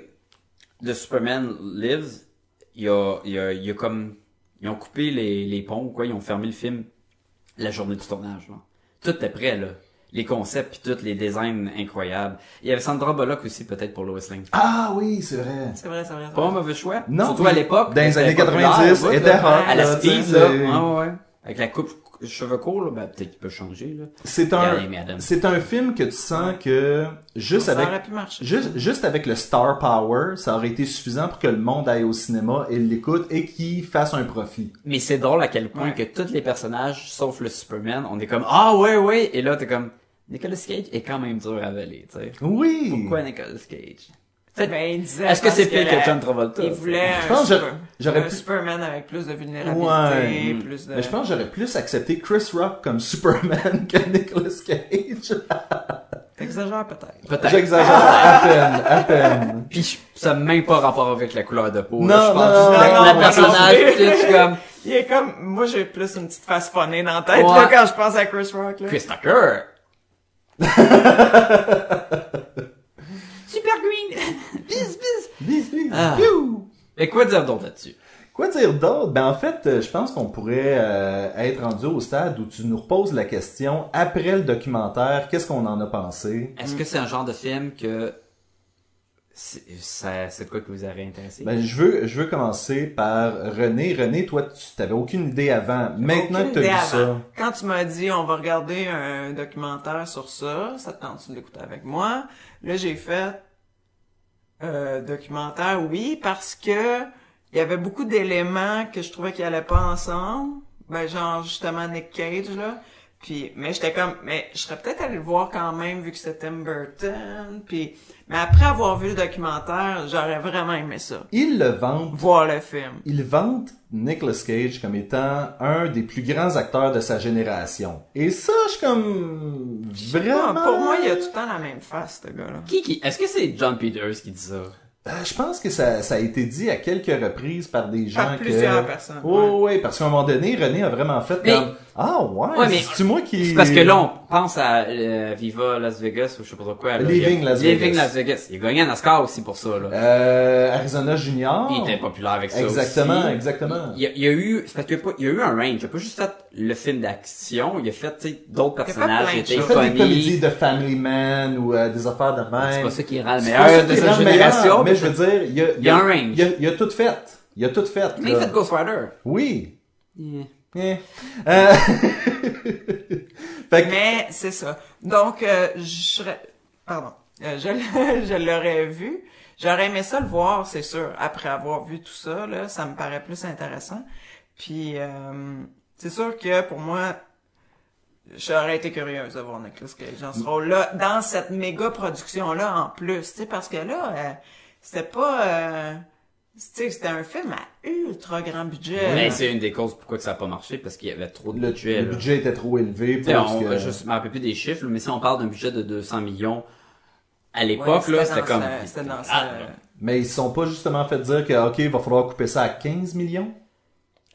Speaker 3: de Superman Lives, il y a, il y a, il y a comme, ils ont coupé les, les ponts, quoi, ils ont fermé le film la journée du tournage. là. Tout est prêt, là. Les concepts puis tout, les designs incroyables. Il y avait Sandra Bullock aussi, peut-être, pour Lois Lane.
Speaker 2: Ah oui, c'est vrai.
Speaker 1: C'est vrai, c'est vrai. c'est
Speaker 3: Pas un
Speaker 1: vrai.
Speaker 3: mauvais choix.
Speaker 2: Non.
Speaker 3: Surtout à l'époque.
Speaker 2: Dans les
Speaker 3: c'était
Speaker 2: années
Speaker 3: populaire,
Speaker 2: 90,
Speaker 3: au bout,
Speaker 2: était
Speaker 3: là.
Speaker 2: hot,
Speaker 3: À la
Speaker 2: là,
Speaker 3: Steve,
Speaker 2: tu sais,
Speaker 3: là.
Speaker 2: c'est-
Speaker 3: Ouais, ouais. Avec la coupe, cheveux courts, là, ben, peut-être qu'il peut changer, là.
Speaker 2: C'est un,
Speaker 3: Regardez, madame.
Speaker 2: c'est un film que tu sens que juste
Speaker 1: Ça
Speaker 2: avec
Speaker 1: aurait pu marcher.
Speaker 2: juste, juste avec le star power, ça aurait été suffisant pour que le monde aille au cinéma et l'écoute et qu'il fasse un profit.
Speaker 3: Mais c'est drôle à quel point que tous les personnages, sauf le Superman, on est comme Ah ouais ouais et là t'es comme Nicolas Cage est quand même dur à avaler, tu sais.
Speaker 2: Oui.
Speaker 3: Pourquoi Nicolas Cage? Fait-
Speaker 1: Ben, il disait,
Speaker 3: Est-ce que
Speaker 1: parce
Speaker 3: c'est pire que
Speaker 1: la-
Speaker 3: John Travolta?
Speaker 1: Il voulait
Speaker 2: Je
Speaker 1: un,
Speaker 2: pense que
Speaker 1: super-
Speaker 2: j'aurais
Speaker 1: un
Speaker 2: pu-
Speaker 1: Superman avec plus de vulnérabilité,
Speaker 2: Ouais.
Speaker 1: plus de...
Speaker 2: Mais je pense que j'aurais plus accepté Chris Rock comme Superman <laughs> que Nicolas Cage.
Speaker 1: T'exagères peut-être.
Speaker 3: <laughs> Peut-être.
Speaker 2: J'exagère à peine, à peine.
Speaker 3: Puis je- ça n'a même pas rapport avec la couleur de peau.
Speaker 2: Non,
Speaker 3: là, je pense
Speaker 2: non,
Speaker 3: juste
Speaker 1: non,
Speaker 3: le- le
Speaker 1: non,
Speaker 3: personnage,
Speaker 1: non.
Speaker 3: tu sais, tu es comme
Speaker 1: Il est comme... Moi, j'ai plus une petite face phonée dans la tête,
Speaker 3: Ouais.
Speaker 1: là, quand je pense à Chris Rock, là.
Speaker 3: Chris Tucker.
Speaker 1: Super Green! bis, bis!
Speaker 2: Bis, bis,
Speaker 3: Ah.
Speaker 2: piou.
Speaker 3: Mais quoi dire d'autre là-dessus?
Speaker 2: Quoi dire d'autre? Ben en fait, euh, je pense qu'on pourrait euh, être rendu au stade où tu nous reposes la question après le documentaire, qu'est-ce qu'on en a pensé?
Speaker 3: Est-ce que c'est un genre de film que c'est ça- c'est de quoi que vous avez intéressé?
Speaker 2: Ben je veux je veux commencer par René. René, toi tu t'avais aucune idée avant. Maintenant
Speaker 1: Aucune
Speaker 2: que tu as vu
Speaker 1: idée
Speaker 2: ça.
Speaker 1: avant. Quand tu m'as dit, on va regarder un documentaire sur ça, ça te tente de l'écouter avec moi. Là, j'ai fait, euh, documentaire, oui, parce que il y avait beaucoup d'éléments que je trouvais qui allaient pas ensemble. Ben, genre, justement, Nick Cage, là. Puis, mais j'étais comme, mais je serais peut-être allé le voir quand même, vu que c'était Tim Burton. Puis, mais après avoir vu le documentaire, j'aurais vraiment aimé ça.
Speaker 2: Ils le vendent.
Speaker 1: Voir le film.
Speaker 2: Ils vantent Nicolas Cage comme étant un des plus grands acteurs de sa génération. Et ça, je suis comme vraiment.
Speaker 1: Non, pour moi, il a tout le temps la même face, ce gars-là.
Speaker 3: Qui, qui, est-ce que c'est John Peters qui dit ça?
Speaker 2: Euh, je pense que ça, ça a été dit à quelques reprises par des gens
Speaker 1: Par
Speaker 2: que-
Speaker 1: plusieurs personnes,
Speaker 2: Oh, ouais. parce qu'à un moment donné, René a vraiment fait
Speaker 3: Mais-
Speaker 2: comme ah ouais,
Speaker 3: Ouais, mais-
Speaker 2: c'est moi qui.
Speaker 3: C'est parce que là, on pense à euh, Viva Las Vegas ou je sais pas trop quoi. là.
Speaker 2: Living
Speaker 3: Il y a-
Speaker 2: Las
Speaker 3: Living
Speaker 2: Vegas.
Speaker 3: Las Vegas. Il a gagné un Oscar aussi pour ça, là.
Speaker 2: Euh, Arizona Junior.
Speaker 3: Il était populaire avec ça
Speaker 2: Exactement,
Speaker 3: aussi.
Speaker 2: exactement.
Speaker 3: Il y a, il y a eu, c'est parce qu'il y a pas- il y a eu un range. Il a pas juste fait le film d'action. Il a fait, tu sais, d'autres
Speaker 1: fait
Speaker 3: personnages.
Speaker 1: plein
Speaker 3: Il
Speaker 1: de
Speaker 3: était
Speaker 2: Il fait des comédies
Speaker 3: funny.
Speaker 2: de Family Man ou euh, des affaires de même.
Speaker 3: C'est pas ça qui rend le
Speaker 2: C'est pas ça
Speaker 3: meilleur
Speaker 2: qui
Speaker 3: de
Speaker 2: est
Speaker 3: sa
Speaker 2: le meilleur,
Speaker 3: génération.
Speaker 2: Mais je veux dire, il y a,
Speaker 3: Il y a un range.
Speaker 2: Il y a, il y a tout fait. Il y a tout fait.
Speaker 3: Mais il
Speaker 2: là.
Speaker 3: fait Ghost Rider.
Speaker 2: Oui.
Speaker 3: Yeah.
Speaker 2: Eh.
Speaker 3: <laughs>
Speaker 2: Euh, fait que-
Speaker 1: Mais c'est ça. Donc, euh, je serais... Pardon. Euh, je l'- <laughs> je l'aurais vu. J'aurais aimé ça le voir, c'est sûr. Après avoir vu tout ça, là, ça me paraît plus intéressant. Puis, euh, c'est sûr que pour moi, j'aurais été curieuse de voir Nicolas Cage dans ce
Speaker 3: Mm.
Speaker 1: rôle-là, dans cette méga production-là en plus. Tu sais, parce que là, euh, c'était pas... euh, tu sais, c'était un film à ultra grand budget.
Speaker 3: Mais c'est une des causes pourquoi que ça a pas marché, parce qu'il y avait trop de
Speaker 2: le,
Speaker 3: budget,
Speaker 2: le
Speaker 3: là.
Speaker 2: budget était trop élevé
Speaker 3: Tu sais,
Speaker 2: pour
Speaker 3: on-
Speaker 2: ce que...
Speaker 3: Je me rappelle plus des chiffres, mais si on parle d'un budget de 200 millions, à
Speaker 1: Ouais,
Speaker 3: l'époque, là, c'était
Speaker 1: dans
Speaker 3: comme...
Speaker 1: ce- C'était dans ce-
Speaker 3: Ah,
Speaker 2: Mais ils se sont pas justement fait dire que, OK, il va falloir couper ça à 15 millions?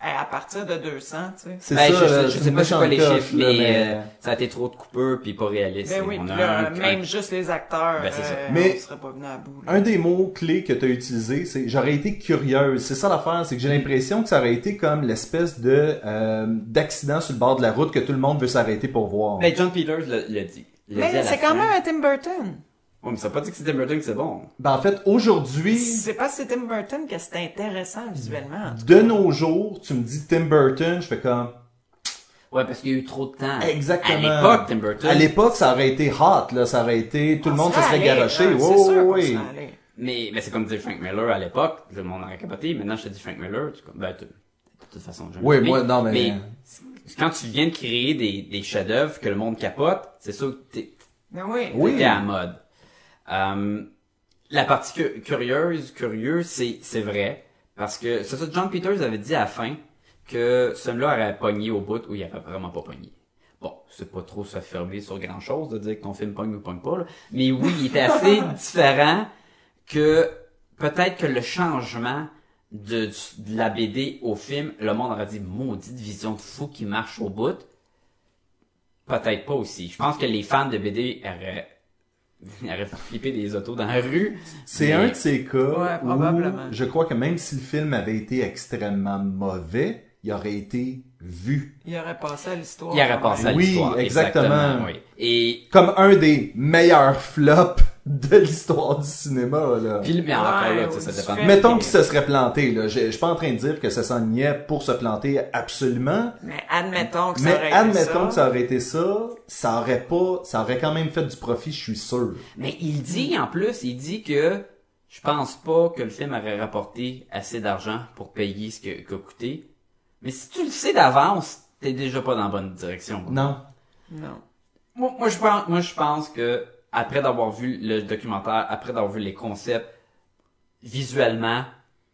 Speaker 1: Hey, à partir de 200, tu sais.
Speaker 2: C'est
Speaker 3: Ben,
Speaker 2: ça,
Speaker 3: je,
Speaker 2: là,
Speaker 3: je, je
Speaker 2: c'est
Speaker 3: sais
Speaker 2: une
Speaker 3: pas c'est quoi les
Speaker 2: méchante
Speaker 3: chiffres,
Speaker 2: coche, là,
Speaker 3: mais,
Speaker 2: mais-
Speaker 3: euh, ça a été trop de coupeurs puis pas réaliste.
Speaker 1: Ben
Speaker 3: Et
Speaker 1: oui,
Speaker 3: on
Speaker 1: puis
Speaker 3: a
Speaker 1: là,
Speaker 3: un-
Speaker 1: même
Speaker 3: un-
Speaker 1: juste les acteurs,
Speaker 3: Ben, c'est ça.
Speaker 1: euh,
Speaker 2: Mais-
Speaker 1: on serait pas venu à bout. là.
Speaker 2: Un des mots clés que tu as utilisé, c'est j'aurais été curieuse. C'est ça l'affaire, c'est que j'ai l'impression que ça aurait été comme l'espèce de euh, d'accident sur le bord de la route que tout le monde veut s'arrêter pour voir.
Speaker 3: Ben, John Peters le- l'a dit. Il l'a dit à
Speaker 1: Mais
Speaker 3: la
Speaker 1: c'est quand
Speaker 3: fin.
Speaker 1: même un Tim Burton.
Speaker 3: Ouais, mais ça a pas dit que c'était Burton que c'est bon.
Speaker 2: Ben, en fait, aujourd'hui,
Speaker 1: C'est parce que c'est Tim Burton que c'est intéressant visuellement.
Speaker 2: de nos jours, tu me dis Tim Burton, je fais comme
Speaker 3: Ouais, parce qu'il y a eu trop de temps.
Speaker 2: Exactement.
Speaker 3: À l'époque, Tim Burton.
Speaker 2: à l'époque, ça aurait été hot, là, ça aurait été tout le monde se serait garoché.
Speaker 3: hein,
Speaker 1: garoché.
Speaker 2: Oh, oui.
Speaker 3: Mais, mais c'est comme dire Frank Miller à l'époque. Tout le monde aurait capoté. Maintenant, je te dis Frank Miller. Tu, es comme, ben, tu- de toute façon, j'aime
Speaker 2: Oui,
Speaker 3: bien.
Speaker 2: moi, non, mais-
Speaker 3: c'est- quand tu viens de créer des, des chefs-d'œuvre que le monde capote, c'est sûr que t'es,
Speaker 1: Mais oui.
Speaker 2: Oui.
Speaker 3: C'était à mode. Euh, la partie cu- curieuse, curieux, c'est, c'est vrai. Parce que, c'est ça, John Peters avait dit à la fin que ce là aurait pogné au bout où il avait vraiment pas pogné. Bon, c'est pas trop s'affirmer sur grand chose de dire que ton film pogne ou pogne pas, là. Mais oui, il était assez différent que peut-être que le changement de, du- de la BD au film, le monde aurait dit maudite vision de fou qui marche au bout. Peut-être pas aussi. Je pense que les fans de BD auraient, <laughs> auraient flippé des autos dans la rue.
Speaker 2: C'est
Speaker 3: Mais-
Speaker 2: un de ces cas
Speaker 1: Ouais, probablement.
Speaker 2: où je crois que même si le film avait été extrêmement mauvais, il aurait été vu.
Speaker 1: Il aurait passé à l'histoire.
Speaker 3: Il aurait passé à
Speaker 2: Oui,
Speaker 3: l'histoire.
Speaker 2: exactement.
Speaker 3: oui. Et
Speaker 2: comme un des meilleurs flops de l'histoire du cinéma. Là.
Speaker 3: puis, mais encore là, tu sais,
Speaker 1: Ouais,
Speaker 3: ça
Speaker 1: ouais,
Speaker 3: dépend.
Speaker 2: Mettons qu'il se serait planté. Là. Je, je suis pas en train de dire que ça s'ennuyait pour se planter absolument,
Speaker 1: Mais admettons que ça
Speaker 2: mais
Speaker 1: aurait été
Speaker 2: admettons
Speaker 1: ça.
Speaker 2: que ça aurait été ça, ça aurait pas, ça aurait quand même fait du profit, je suis sûr.
Speaker 3: Mais il dit, en plus, il dit que je pense pas que le film aurait rapporté assez d'argent pour payer ce que- qu'a coûté. Mais si tu le sais d'avance, t'es déjà pas dans la bonne direction.
Speaker 2: Non.
Speaker 1: Non.
Speaker 3: Moi, moi, je pense, moi, je pense que après d'avoir vu le documentaire, après d'avoir vu les concepts, visuellement,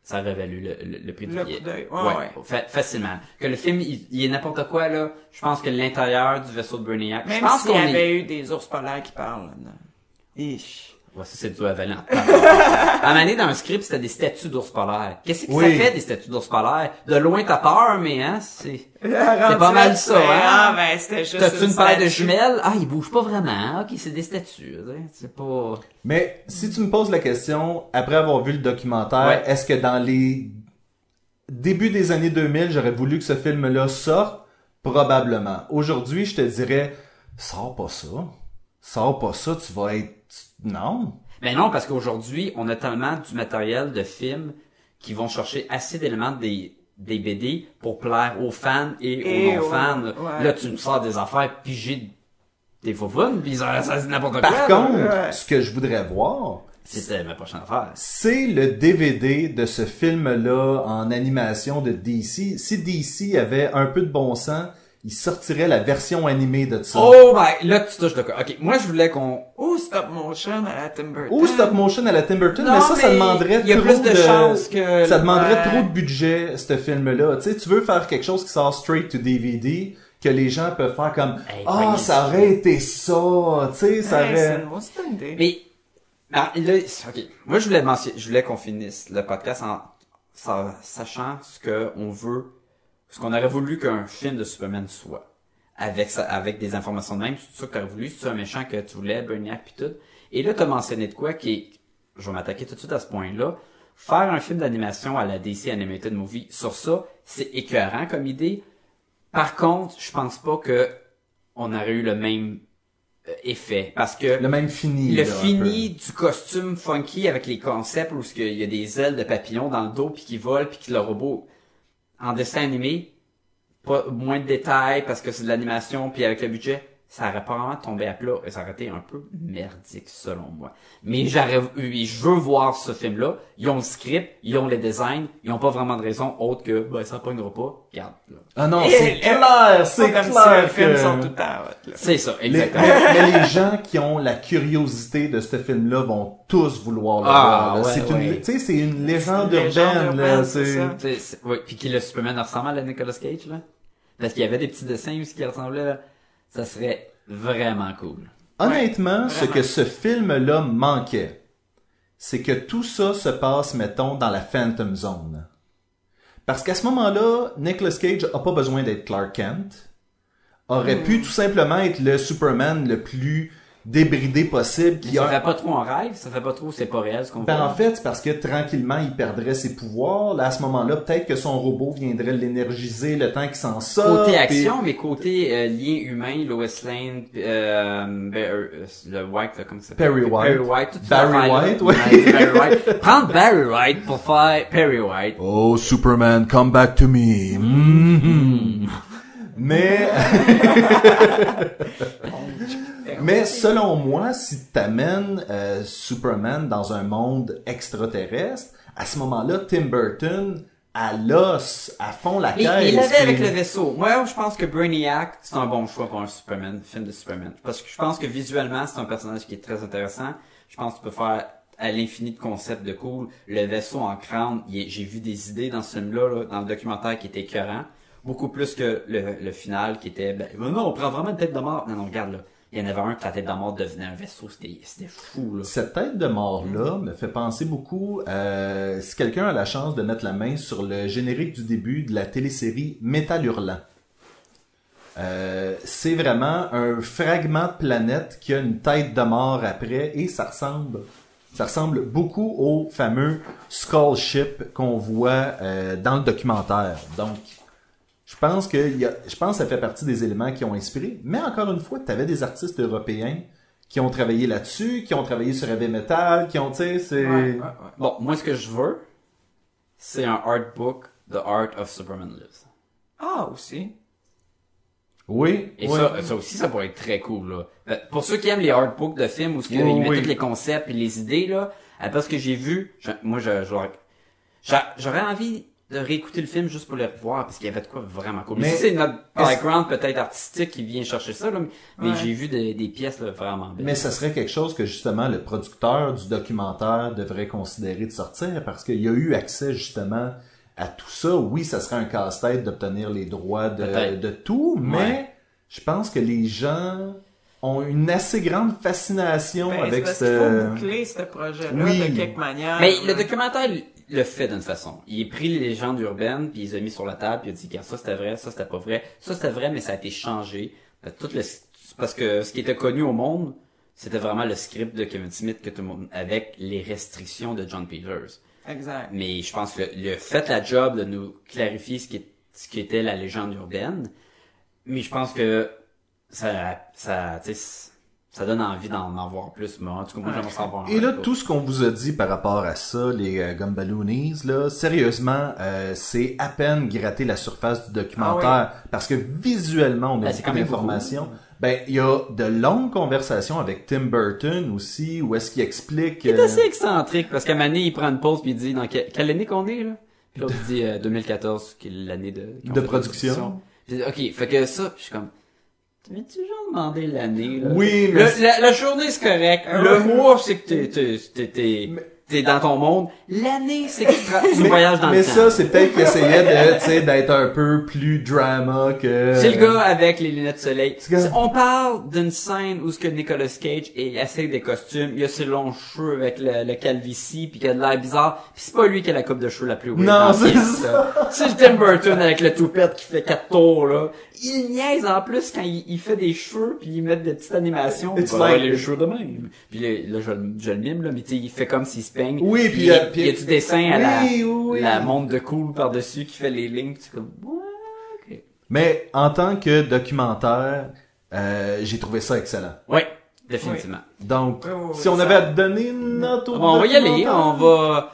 Speaker 3: ça aurait valu le, le- le prix du
Speaker 1: Le
Speaker 3: billet.
Speaker 1: coup d'œil, ouais, ouais.
Speaker 3: fa- facilement. Que le film, il, il est n'importe quoi, là. Je pense que l'intérieur du vaisseau de Brainiac, je
Speaker 1: Même
Speaker 3: pense
Speaker 1: s'il y
Speaker 3: qu'on est...
Speaker 1: avait eu des ours polaires qui parlent. là. Ich.
Speaker 3: Ouais, ça, c'est du <laughs> avalant. à un moment donné, dans un script, c'était des statues d'ours polaires. Qu'est-ce que ça
Speaker 2: Oui.
Speaker 3: fait, des statues d'ours polaires? De loin, t'as peur, mais hein, <laughs> c'est...
Speaker 1: C'est
Speaker 3: pas mal ça, hein?
Speaker 1: Ah, ben, c'était juste
Speaker 3: T'as-tu
Speaker 1: une
Speaker 3: une paire de
Speaker 1: statue.
Speaker 3: jumelles? Ah, ils bougent pas vraiment. hein. Ok, c'est des statues. tu sais. C'est pas...
Speaker 2: Mais si tu me poses la question, après avoir vu le documentaire,
Speaker 3: Ouais.
Speaker 2: est-ce que dans les débuts des années 2000, j'aurais voulu que ce film-là sorte? Probablement. Aujourd'hui, je te dirais, sors pas ça. Sors pas ça, tu vas être... Non.
Speaker 3: Mais Ben non, parce qu'aujourd'hui, on a tellement du matériel de films qui vont chercher assez d'éléments des, des BD pour plaire aux fans et,
Speaker 1: Et
Speaker 3: aux
Speaker 1: aux-
Speaker 3: non-fans.
Speaker 1: ouais.
Speaker 3: Là, tu me sors des affaires pigées des faux fun, pis ça, ça, c'est n'importe quoi.
Speaker 2: Par
Speaker 3: là.
Speaker 2: contre,
Speaker 1: ouais.
Speaker 2: ce que je voudrais voir,
Speaker 3: C'était ma prochaine affaire.
Speaker 2: c'est le DVD de ce film-là en animation de DC. Si DC avait un peu de bon sens, il sortirait la version animée de ça.
Speaker 3: Oh my, là, tu touches le cœur. Ok, moi, je voulais qu'on...
Speaker 1: Ou stop motion à la Tim Burton.
Speaker 2: Ou stop motion à la Tim Burton,
Speaker 3: Non,
Speaker 2: mais ça, ça
Speaker 3: mais
Speaker 2: demanderait
Speaker 3: il y a
Speaker 2: trop
Speaker 3: plus de chances que-
Speaker 2: ça demanderait
Speaker 3: Ouais.
Speaker 2: trop de budget, ce film-là. Tu sais, tu veux faire quelque chose qui sort straight to DVD, que les gens peuvent faire comme,
Speaker 3: Hey,
Speaker 2: ah,
Speaker 3: pognez
Speaker 2: ça
Speaker 3: ça.
Speaker 2: aurait été ça, tu sais, ça
Speaker 1: Hey, c'est
Speaker 2: aurait...
Speaker 1: une grosse idée.
Speaker 3: Mais, ah, là, c'est- ok. Moi, je voulais mentionner, je voulais qu'on finisse le podcast en, sa- sachant ce que on veut, ce qu'on aurait voulu qu'un film de Superman soit. Avec ça, avec des informations de même, c'est ça que t'aurais voulu, c'est un méchant que tu voulais, Brainiac pis tout. Et là, t'as mentionné de quoi qui est, je vais m'attaquer tout de suite à ce point-là. Faire un film d'animation à la DC Animated Movie sur ça, c'est écœurant comme idée. Par contre, je pense pas que on aurait eu le même euh, effet. Parce que
Speaker 2: Le même fini.
Speaker 3: le
Speaker 2: là, un
Speaker 3: fini du costume funky avec les concepts où ce qu'il y a des ailes de papillon dans le dos puis qui volent puis que le robot en dessin animé pas moins de détails parce que c'est de l'animation puis avec le budget ça aurait probablement tombé à plat et ça aurait été un peu merdique selon moi mais j'aurais oui, je veux voir ce film là ils ont le script ils ont les designs ils ont pas vraiment de raison autre que ben ça pognera pas regarde là.
Speaker 2: peu. Ah non,
Speaker 1: Et-
Speaker 2: c'est
Speaker 1: et-
Speaker 2: clair, c'est
Speaker 1: C'est comme si
Speaker 2: clair
Speaker 1: les films
Speaker 2: que-
Speaker 1: sont tout à hot, là.
Speaker 3: c'est ça
Speaker 2: Les- <laughs>
Speaker 3: exactement
Speaker 2: mais, mais les gens qui ont la curiosité de ce film-là vont tous vouloir le
Speaker 3: Ah,
Speaker 2: voir. là.
Speaker 3: ouais,
Speaker 2: c'est une,
Speaker 3: ouais.
Speaker 2: tu sais, c'est une légende
Speaker 1: C'est une légende
Speaker 2: urbaine. Là,
Speaker 1: urbaine,
Speaker 2: c'est-
Speaker 1: c'est ça.
Speaker 3: T'sais, c'est- ouais, puis qui le Superman ressemble à la Nicolas Cage là parce qu'il y avait des petits dessins où ce qui ressemblait là ça serait vraiment cool
Speaker 2: Honnêtement, ce que ce film-là manquait, c'est que tout ça se passe, mettons, dans la Phantom Zone. Parce qu'à ce moment-là, Nicolas Cage a pas besoin d'être Clark Kent.
Speaker 1: Hmm.
Speaker 2: Aurait pu tout simplement être le Superman le plus débridé possible.
Speaker 3: Mais
Speaker 2: qui
Speaker 3: ça
Speaker 2: a-
Speaker 3: fait pas trop en rêve ça fait pas trop c'est pas réel ce qu'on
Speaker 2: Ben,
Speaker 3: voit
Speaker 2: en fait, c'est parce que tranquillement, il perdrait ses pouvoirs. Là, à ce moment-là, peut-être que son robot viendrait l'énergiser le temps qu'il s'en sort.
Speaker 3: côté
Speaker 2: puis-
Speaker 3: action mais côté euh, lien humain Lois Lane euh, ben, euh, le White là comme ça s'appelle?
Speaker 2: Perry White.
Speaker 3: Perry White tout
Speaker 2: Barry White, ouais.
Speaker 3: Barry White prendre Barry White pour faire Perry White
Speaker 2: Oh, Superman, come back to me. Mhm. Mais, <laughs> mais selon moi, si t'amènes euh, Superman dans un monde extraterrestre, à ce moment-là, Tim Burton, à l'os, à fond la
Speaker 3: Mais
Speaker 2: caisse.
Speaker 3: mais il l'avait avec
Speaker 2: puis-
Speaker 3: le vaisseau. Moi, je pense que Brainiac, c'est un bon choix pour un Superman, film de Superman. Parce que je pense que visuellement, c'est un personnage qui est très intéressant. Je pense que tu peux faire à l'infini de concepts de cool. Le vaisseau en crâne, il est- j'ai vu des idées dans ce film-là, là, dans le documentaire qui était écœurant. Beaucoup plus que le, le final qui était, ben, ben non, on prend vraiment une tête de mort. Non, non, regarde là. Il y en avait un que la tête de mort devenait un vaisseau. C'était c'était fou, là.
Speaker 2: Cette tête de mort-là me fait penser beaucoup, euh, si quelqu'un a la chance de mettre la main sur le générique du début de la télésérie Métal Hurlant. Euh, c'est vraiment un fragment de planète qui a une tête de mort après et ça ressemble, ça ressemble beaucoup au fameux Skull Ship qu'on voit euh, dans le documentaire. Donc, je pense que il y a, je pense que ça fait partie des éléments qui ont inspiré. Mais encore une fois, tu avais des artistes européens qui ont travaillé là-dessus, qui ont travaillé sur heavy metal, qui ont, tu sais, c'est
Speaker 3: Bon, moi, ce que je veux, c'est un art book, The Art of Superman Lives.
Speaker 1: Ah, aussi.
Speaker 2: oui,
Speaker 3: Et
Speaker 2: oui.
Speaker 3: ça, euh, ça aussi, ça pourrait être très cool, là. Euh, Pour ceux qui aiment les artbooks de films où ce que-
Speaker 2: Oui,
Speaker 3: ils mettent
Speaker 2: oui.
Speaker 3: tous les concepts et les idées, là, euh, parce que j'ai vu, je- moi, je, j'aurais- j'a- j'aurais envie de réécouter le film juste pour le revoir, parce qu'il y avait de quoi vraiment cool. Mais
Speaker 2: Mais-
Speaker 3: si c'est notre
Speaker 2: est-ce-
Speaker 3: background peut-être artistique qui vient chercher ça, là, mais
Speaker 1: Ouais.
Speaker 3: j'ai vu des- des pièces là, vraiment belles.
Speaker 2: Mais ça serait quelque chose que justement le producteur du documentaire devrait considérer de sortir parce qu'il y a eu accès justement à tout ça. Oui, ça serait un casse-tête d'obtenir les droits de,
Speaker 3: Peut-être.
Speaker 2: de tout, mais
Speaker 3: Ouais.
Speaker 2: je pense que les gens ont une assez grande fascination
Speaker 1: Ben, c'est
Speaker 2: avec
Speaker 1: parce
Speaker 2: ce...
Speaker 1: qu'il faut boucler ce projet-là
Speaker 2: Oui.
Speaker 1: de quelque manière.
Speaker 3: Mais le documentaire il le fait d'une façon. Il a pris les légendes urbaines, puis il les a mis sur la table, puis il a dit Regarde, ça c'était vrai, ça c'était pas vrai, ça c'était vrai, mais ça a été changé. Fait que Tout le... Parce que ce qui était connu au monde, c'était vraiment le script de Kevin Smith que tout le monde... avec les restrictions de John Peters.
Speaker 1: Exact.
Speaker 3: Mais je pense que le, le fait la job de nous clarifier ce qui, est- ce qui était la légende urbaine, mais je pense que ça, ça, tu sais, ça donne envie d'en en voir plus. Mais en tout cas, moi, j'aimerais savoir.
Speaker 2: Et là, tout ce qu'on vous a dit par rapport à ça, les euh, Gumballoonies, là, sérieusement, euh, c'est à peine gratter la surface du documentaire. Parce que visuellement, on a
Speaker 3: Ah Ben, c'est
Speaker 2: beaucoup
Speaker 3: quand même
Speaker 2: d'informations. Ben, il y a de longues conversations avec Tim Burton aussi, où est-ce qu'il explique...
Speaker 3: Il est
Speaker 2: euh,
Speaker 3: assez excentrique parce qu'à Mané, il prend une pause puis il dit dans que- quelle année qu'on est là Puis l'autre il dit euh, 2014, qui est l'année de qu'on
Speaker 2: De
Speaker 3: fait la
Speaker 2: production.
Speaker 3: Puis il dit, ok, fait que ça, puis je suis comme, t'avais-tu genre demandé l'année là
Speaker 2: Oui,
Speaker 3: Le-
Speaker 2: mais-
Speaker 3: la, la journée c'est correct, le mois c'est que t'es t'es t'es t'es- t'es dans ton monde, l'année c'est que tu, tra- tu
Speaker 2: mais,
Speaker 3: voyages dans
Speaker 2: mais
Speaker 3: le
Speaker 2: ça,
Speaker 3: temps.
Speaker 2: c'est peut-être qu'il essayait de, tu sais, d'être un peu plus drama que...
Speaker 3: C'est le gars avec les lunettes de soleil.
Speaker 2: Euh, C'est comme-
Speaker 3: On parle d'une scène où ce que Nicolas Cage est assez des costumes, il a ses longs cheveux avec le, le calvitie puis qu'il a de l'air bizarre, puis c'est pas lui qui a la coupe de cheveux la plus weird
Speaker 2: Non,
Speaker 3: dans le
Speaker 2: c'est
Speaker 3: film,
Speaker 2: ça.
Speaker 3: là. C'est le Tim Burton avec le toupette qui fait quatre tours là. Il niaise en plus quand il, il fait des cheveux puis il met des petites animations.
Speaker 2: It's
Speaker 3: pour avoir
Speaker 2: like-
Speaker 3: les cheveux de même. Puis là, là, je, le- je le mime là, mais tu sais, il fait comme s'il se peigne.
Speaker 2: Oui, puis
Speaker 3: il,
Speaker 2: la- puis-
Speaker 3: il y a du dessin à la,
Speaker 2: Oui, oui, oui.
Speaker 3: la montre de cool par dessus qui fait les lignes. puis C'est comme What? Ok.
Speaker 2: Mais en tant que documentaire, euh, j'ai trouvé ça excellent.
Speaker 3: Ouais, définitivement.
Speaker 2: Donc,
Speaker 1: Oui, oui, oui,
Speaker 2: si on
Speaker 1: ça-
Speaker 2: avait à donner une note au
Speaker 3: Ah, Bon, on va y aller,
Speaker 2: documentaire-
Speaker 3: on va...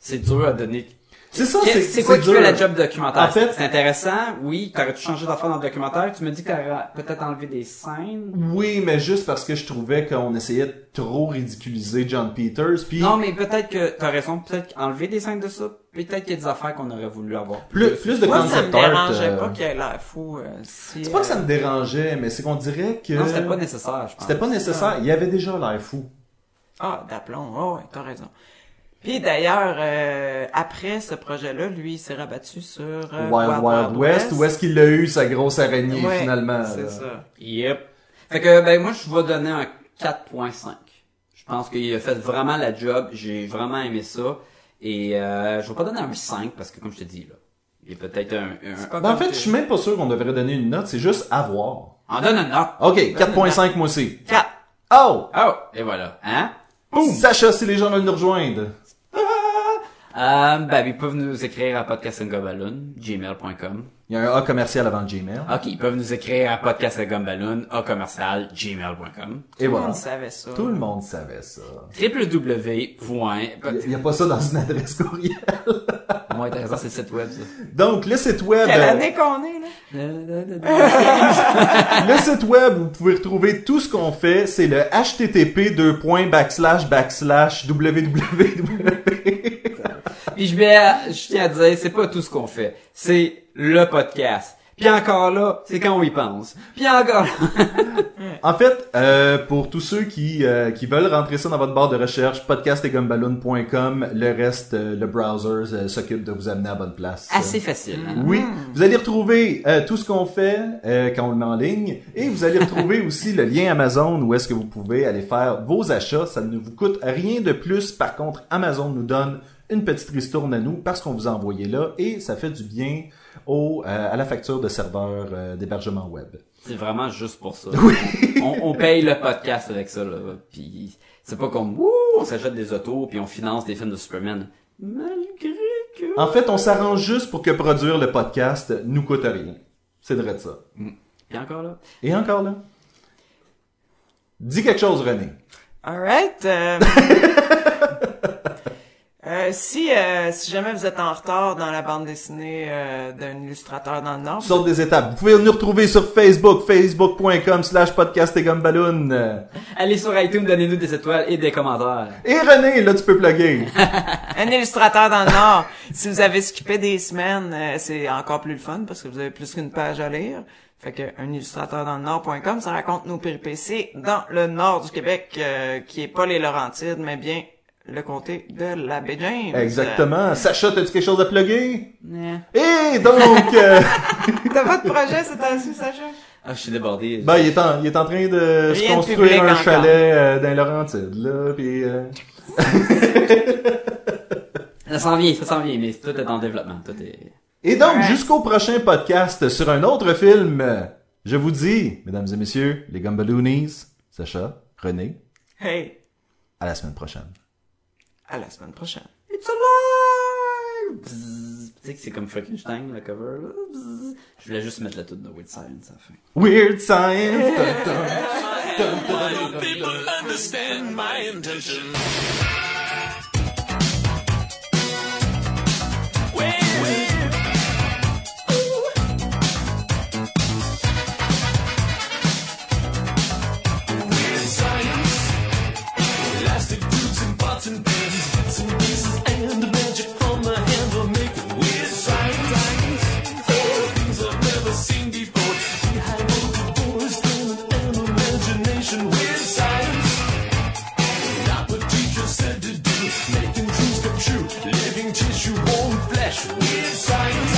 Speaker 3: C'est dur à donner.
Speaker 2: C'est ça,
Speaker 3: Qu'est-
Speaker 2: c'est
Speaker 3: C'est quoi qui
Speaker 2: dur.
Speaker 3: fait la job documentaire?
Speaker 2: En fait-
Speaker 3: c'est intéressant, oui, t'aurais-tu changé d'affaire dans le documentaire? Tu me dis que t'aurais peut-être enlevé des scènes?
Speaker 2: Oui, mais juste parce que je trouvais qu'on essayait de trop ridiculiser John Peters, puis
Speaker 3: Non, mais peut-être que t'as raison, peut-être enlever des scènes de ça, peut-être qu'il y a des affaires qu'on aurait voulu avoir.
Speaker 2: plus, plus de
Speaker 1: Moi, ça me
Speaker 2: concept art.
Speaker 1: dérangeait
Speaker 2: euh,
Speaker 1: pas qu'il ait l'air fou. euh, si,
Speaker 2: C'est pas que ça
Speaker 1: euh,
Speaker 2: me dérangeait, mais c'est qu'on dirait que
Speaker 3: Non, c'était pas nécessaire, je pense.
Speaker 2: c'était pas nécessaire. Il y avait déjà l'air fou.
Speaker 1: Ah, d'aplomb. Oh, ouais, t'as raison. Puis d'ailleurs, euh, après ce projet-là, lui, il s'est rabattu sur euh,
Speaker 2: Wild Wild, West, où est-ce qu'il a eu sa grosse araignée
Speaker 1: Ouais,
Speaker 2: finalement
Speaker 1: C'est
Speaker 2: là?
Speaker 1: ça.
Speaker 3: Yep. Fait que, ben, moi, je vais donner un 4.5. Je pense qu'il a fait vraiment la job. J'ai vraiment aimé ça. Et, euh, je vais pas donner un 5 parce que, comme je te dis, là, il est peut-être un, un-
Speaker 1: Pas
Speaker 2: Ben, en
Speaker 1: comme
Speaker 2: fait,
Speaker 1: t'es-
Speaker 2: je suis même pas sûr qu'on devrait donner une note, c'est juste à voir.
Speaker 3: On donne une note.
Speaker 2: OK, 4.5 moi aussi.
Speaker 1: Quatre.
Speaker 2: Oh!
Speaker 3: Oh! Et voilà. Hein?
Speaker 2: Sacha, si les gens veulent nous rejoindre.
Speaker 3: Euh, ben, ils peuvent nous écrire à podcastgumballoon, gmail.com.
Speaker 2: Il y a un A commercial avant le Gmail.
Speaker 3: Ok, ils peuvent nous écrire à podcastgumballoon, a commercial, gmail.com.
Speaker 1: Tout
Speaker 2: Et
Speaker 1: le
Speaker 2: voilà.
Speaker 1: monde savait ça.
Speaker 2: Tout le monde savait ça.
Speaker 3: www.
Speaker 2: Il n'y a pas ça dans une adresse courriel.
Speaker 3: Moi, intéressant, c'est le site web, ça.
Speaker 2: Donc, le site web...
Speaker 1: Quelle
Speaker 2: euh,
Speaker 1: année qu'on est, là?
Speaker 2: Le site web, vous pouvez retrouver tout ce qu'on fait, c'est le http backslash backslash www.
Speaker 3: Puis je vais, à- je tiens à dire, c'est pas tout ce qu'on fait. C'est le podcast. Puis encore là, c'est quand on y pense. Puis encore là.
Speaker 2: En fait, euh, pour tous ceux qui euh, qui veulent rentrer ça dans votre barre de recherche, podcastetgumballoon.com, le reste, euh, le browser euh, s'occupe de vous amener à la bonne place.
Speaker 1: Ah,
Speaker 3: Assez facile. hein?
Speaker 2: Oui, vous allez retrouver euh, tout ce qu'on fait euh, quand on le met en ligne et vous allez retrouver aussi le lien Amazon où est-ce que vous pouvez aller faire vos achats. Ça ne vous coûte rien de plus. Par contre, Amazon nous donne une petite ristourne à nous parce qu'on vous a envoyé là et ça fait du bien au, euh, à la facture de serveur euh, d'hébergement web.
Speaker 3: C'est vraiment juste pour ça. On, on paye le podcast avec ça, là. Puis c'est pas comme, ouh, on s'achète des autos, puis on finance des films de Superman. Malgré que...
Speaker 2: En fait, on s'arrange juste pour que produire le podcast nous coûte rien. C'est vrai de ça.
Speaker 3: Puis encore là.
Speaker 2: Et encore là. Dis quelque chose, René.
Speaker 1: Alright. Euh... Euh, si, euh, si jamais vous êtes en retard dans la bande dessinée euh, d'un illustrateur dans le Nord,
Speaker 2: Toutes sortes des étapes. Vous pouvez nous retrouver sur Facebook, facebook.com slash podcast et gomme ballon. Euh,
Speaker 3: Allez sur iTunes, donnez-nous des étoiles et des commentaires.
Speaker 2: Et René, là, tu
Speaker 1: <laughs>
Speaker 2: peux plugger.
Speaker 1: un illustrateur dans le Nord, si vous avez skippé des semaines, euh, c'est encore plus le fun parce que vous avez plus qu'une page à lire. Fait que un illustrateur dans le Nord.com, ça raconte nos péripéties dans le Nord du Québec, euh, qui est pas les Laurentides, mais bien le comté de la baie James.
Speaker 2: Exactement. Sacha, t'as-tu quelque chose à plugger?
Speaker 3: Ouais.
Speaker 2: Et donc,
Speaker 1: <laughs>
Speaker 2: euh,
Speaker 1: Euh, T'as pas de projet, c'est ainsi, Sacha?
Speaker 3: Ah, je suis débordé.
Speaker 2: ben, il est en, il est en train de
Speaker 1: Rien
Speaker 2: se
Speaker 1: de public
Speaker 2: construire un
Speaker 1: encore.
Speaker 2: chalet euh, dans les Laurentides, là, puis euh,
Speaker 3: Ça s'en vient, ça s'en vient, mais tout est en développement. Tout est...
Speaker 2: Et donc,
Speaker 1: Ouais.
Speaker 2: jusqu'au prochain podcast sur un autre film, euh, je vous dis, mesdames et messieurs, les Gumballoonies, Sacha, René,
Speaker 1: Hey,
Speaker 2: à la semaine prochaine.
Speaker 1: à la semaine prochaine.
Speaker 3: It's alive! Bzzz. Tu sais que c'est comme Frankenstein, la cover. là. Bzzz. Je voulais juste mettre la toute de Weird Science à la fin.
Speaker 2: Weird Science! Dun, dun.
Speaker 5: people understand my intention. Wave, wave. Ooh. Weird science, elastic tubes and pots and pans, bits and pieces, and the magic from my hand will make weird science. Ooh. Things I've never seen before, behind multiple talent and imagination, weird science. Not what teachers said to do, making dreams come true, living tissue, warm flesh, weird science.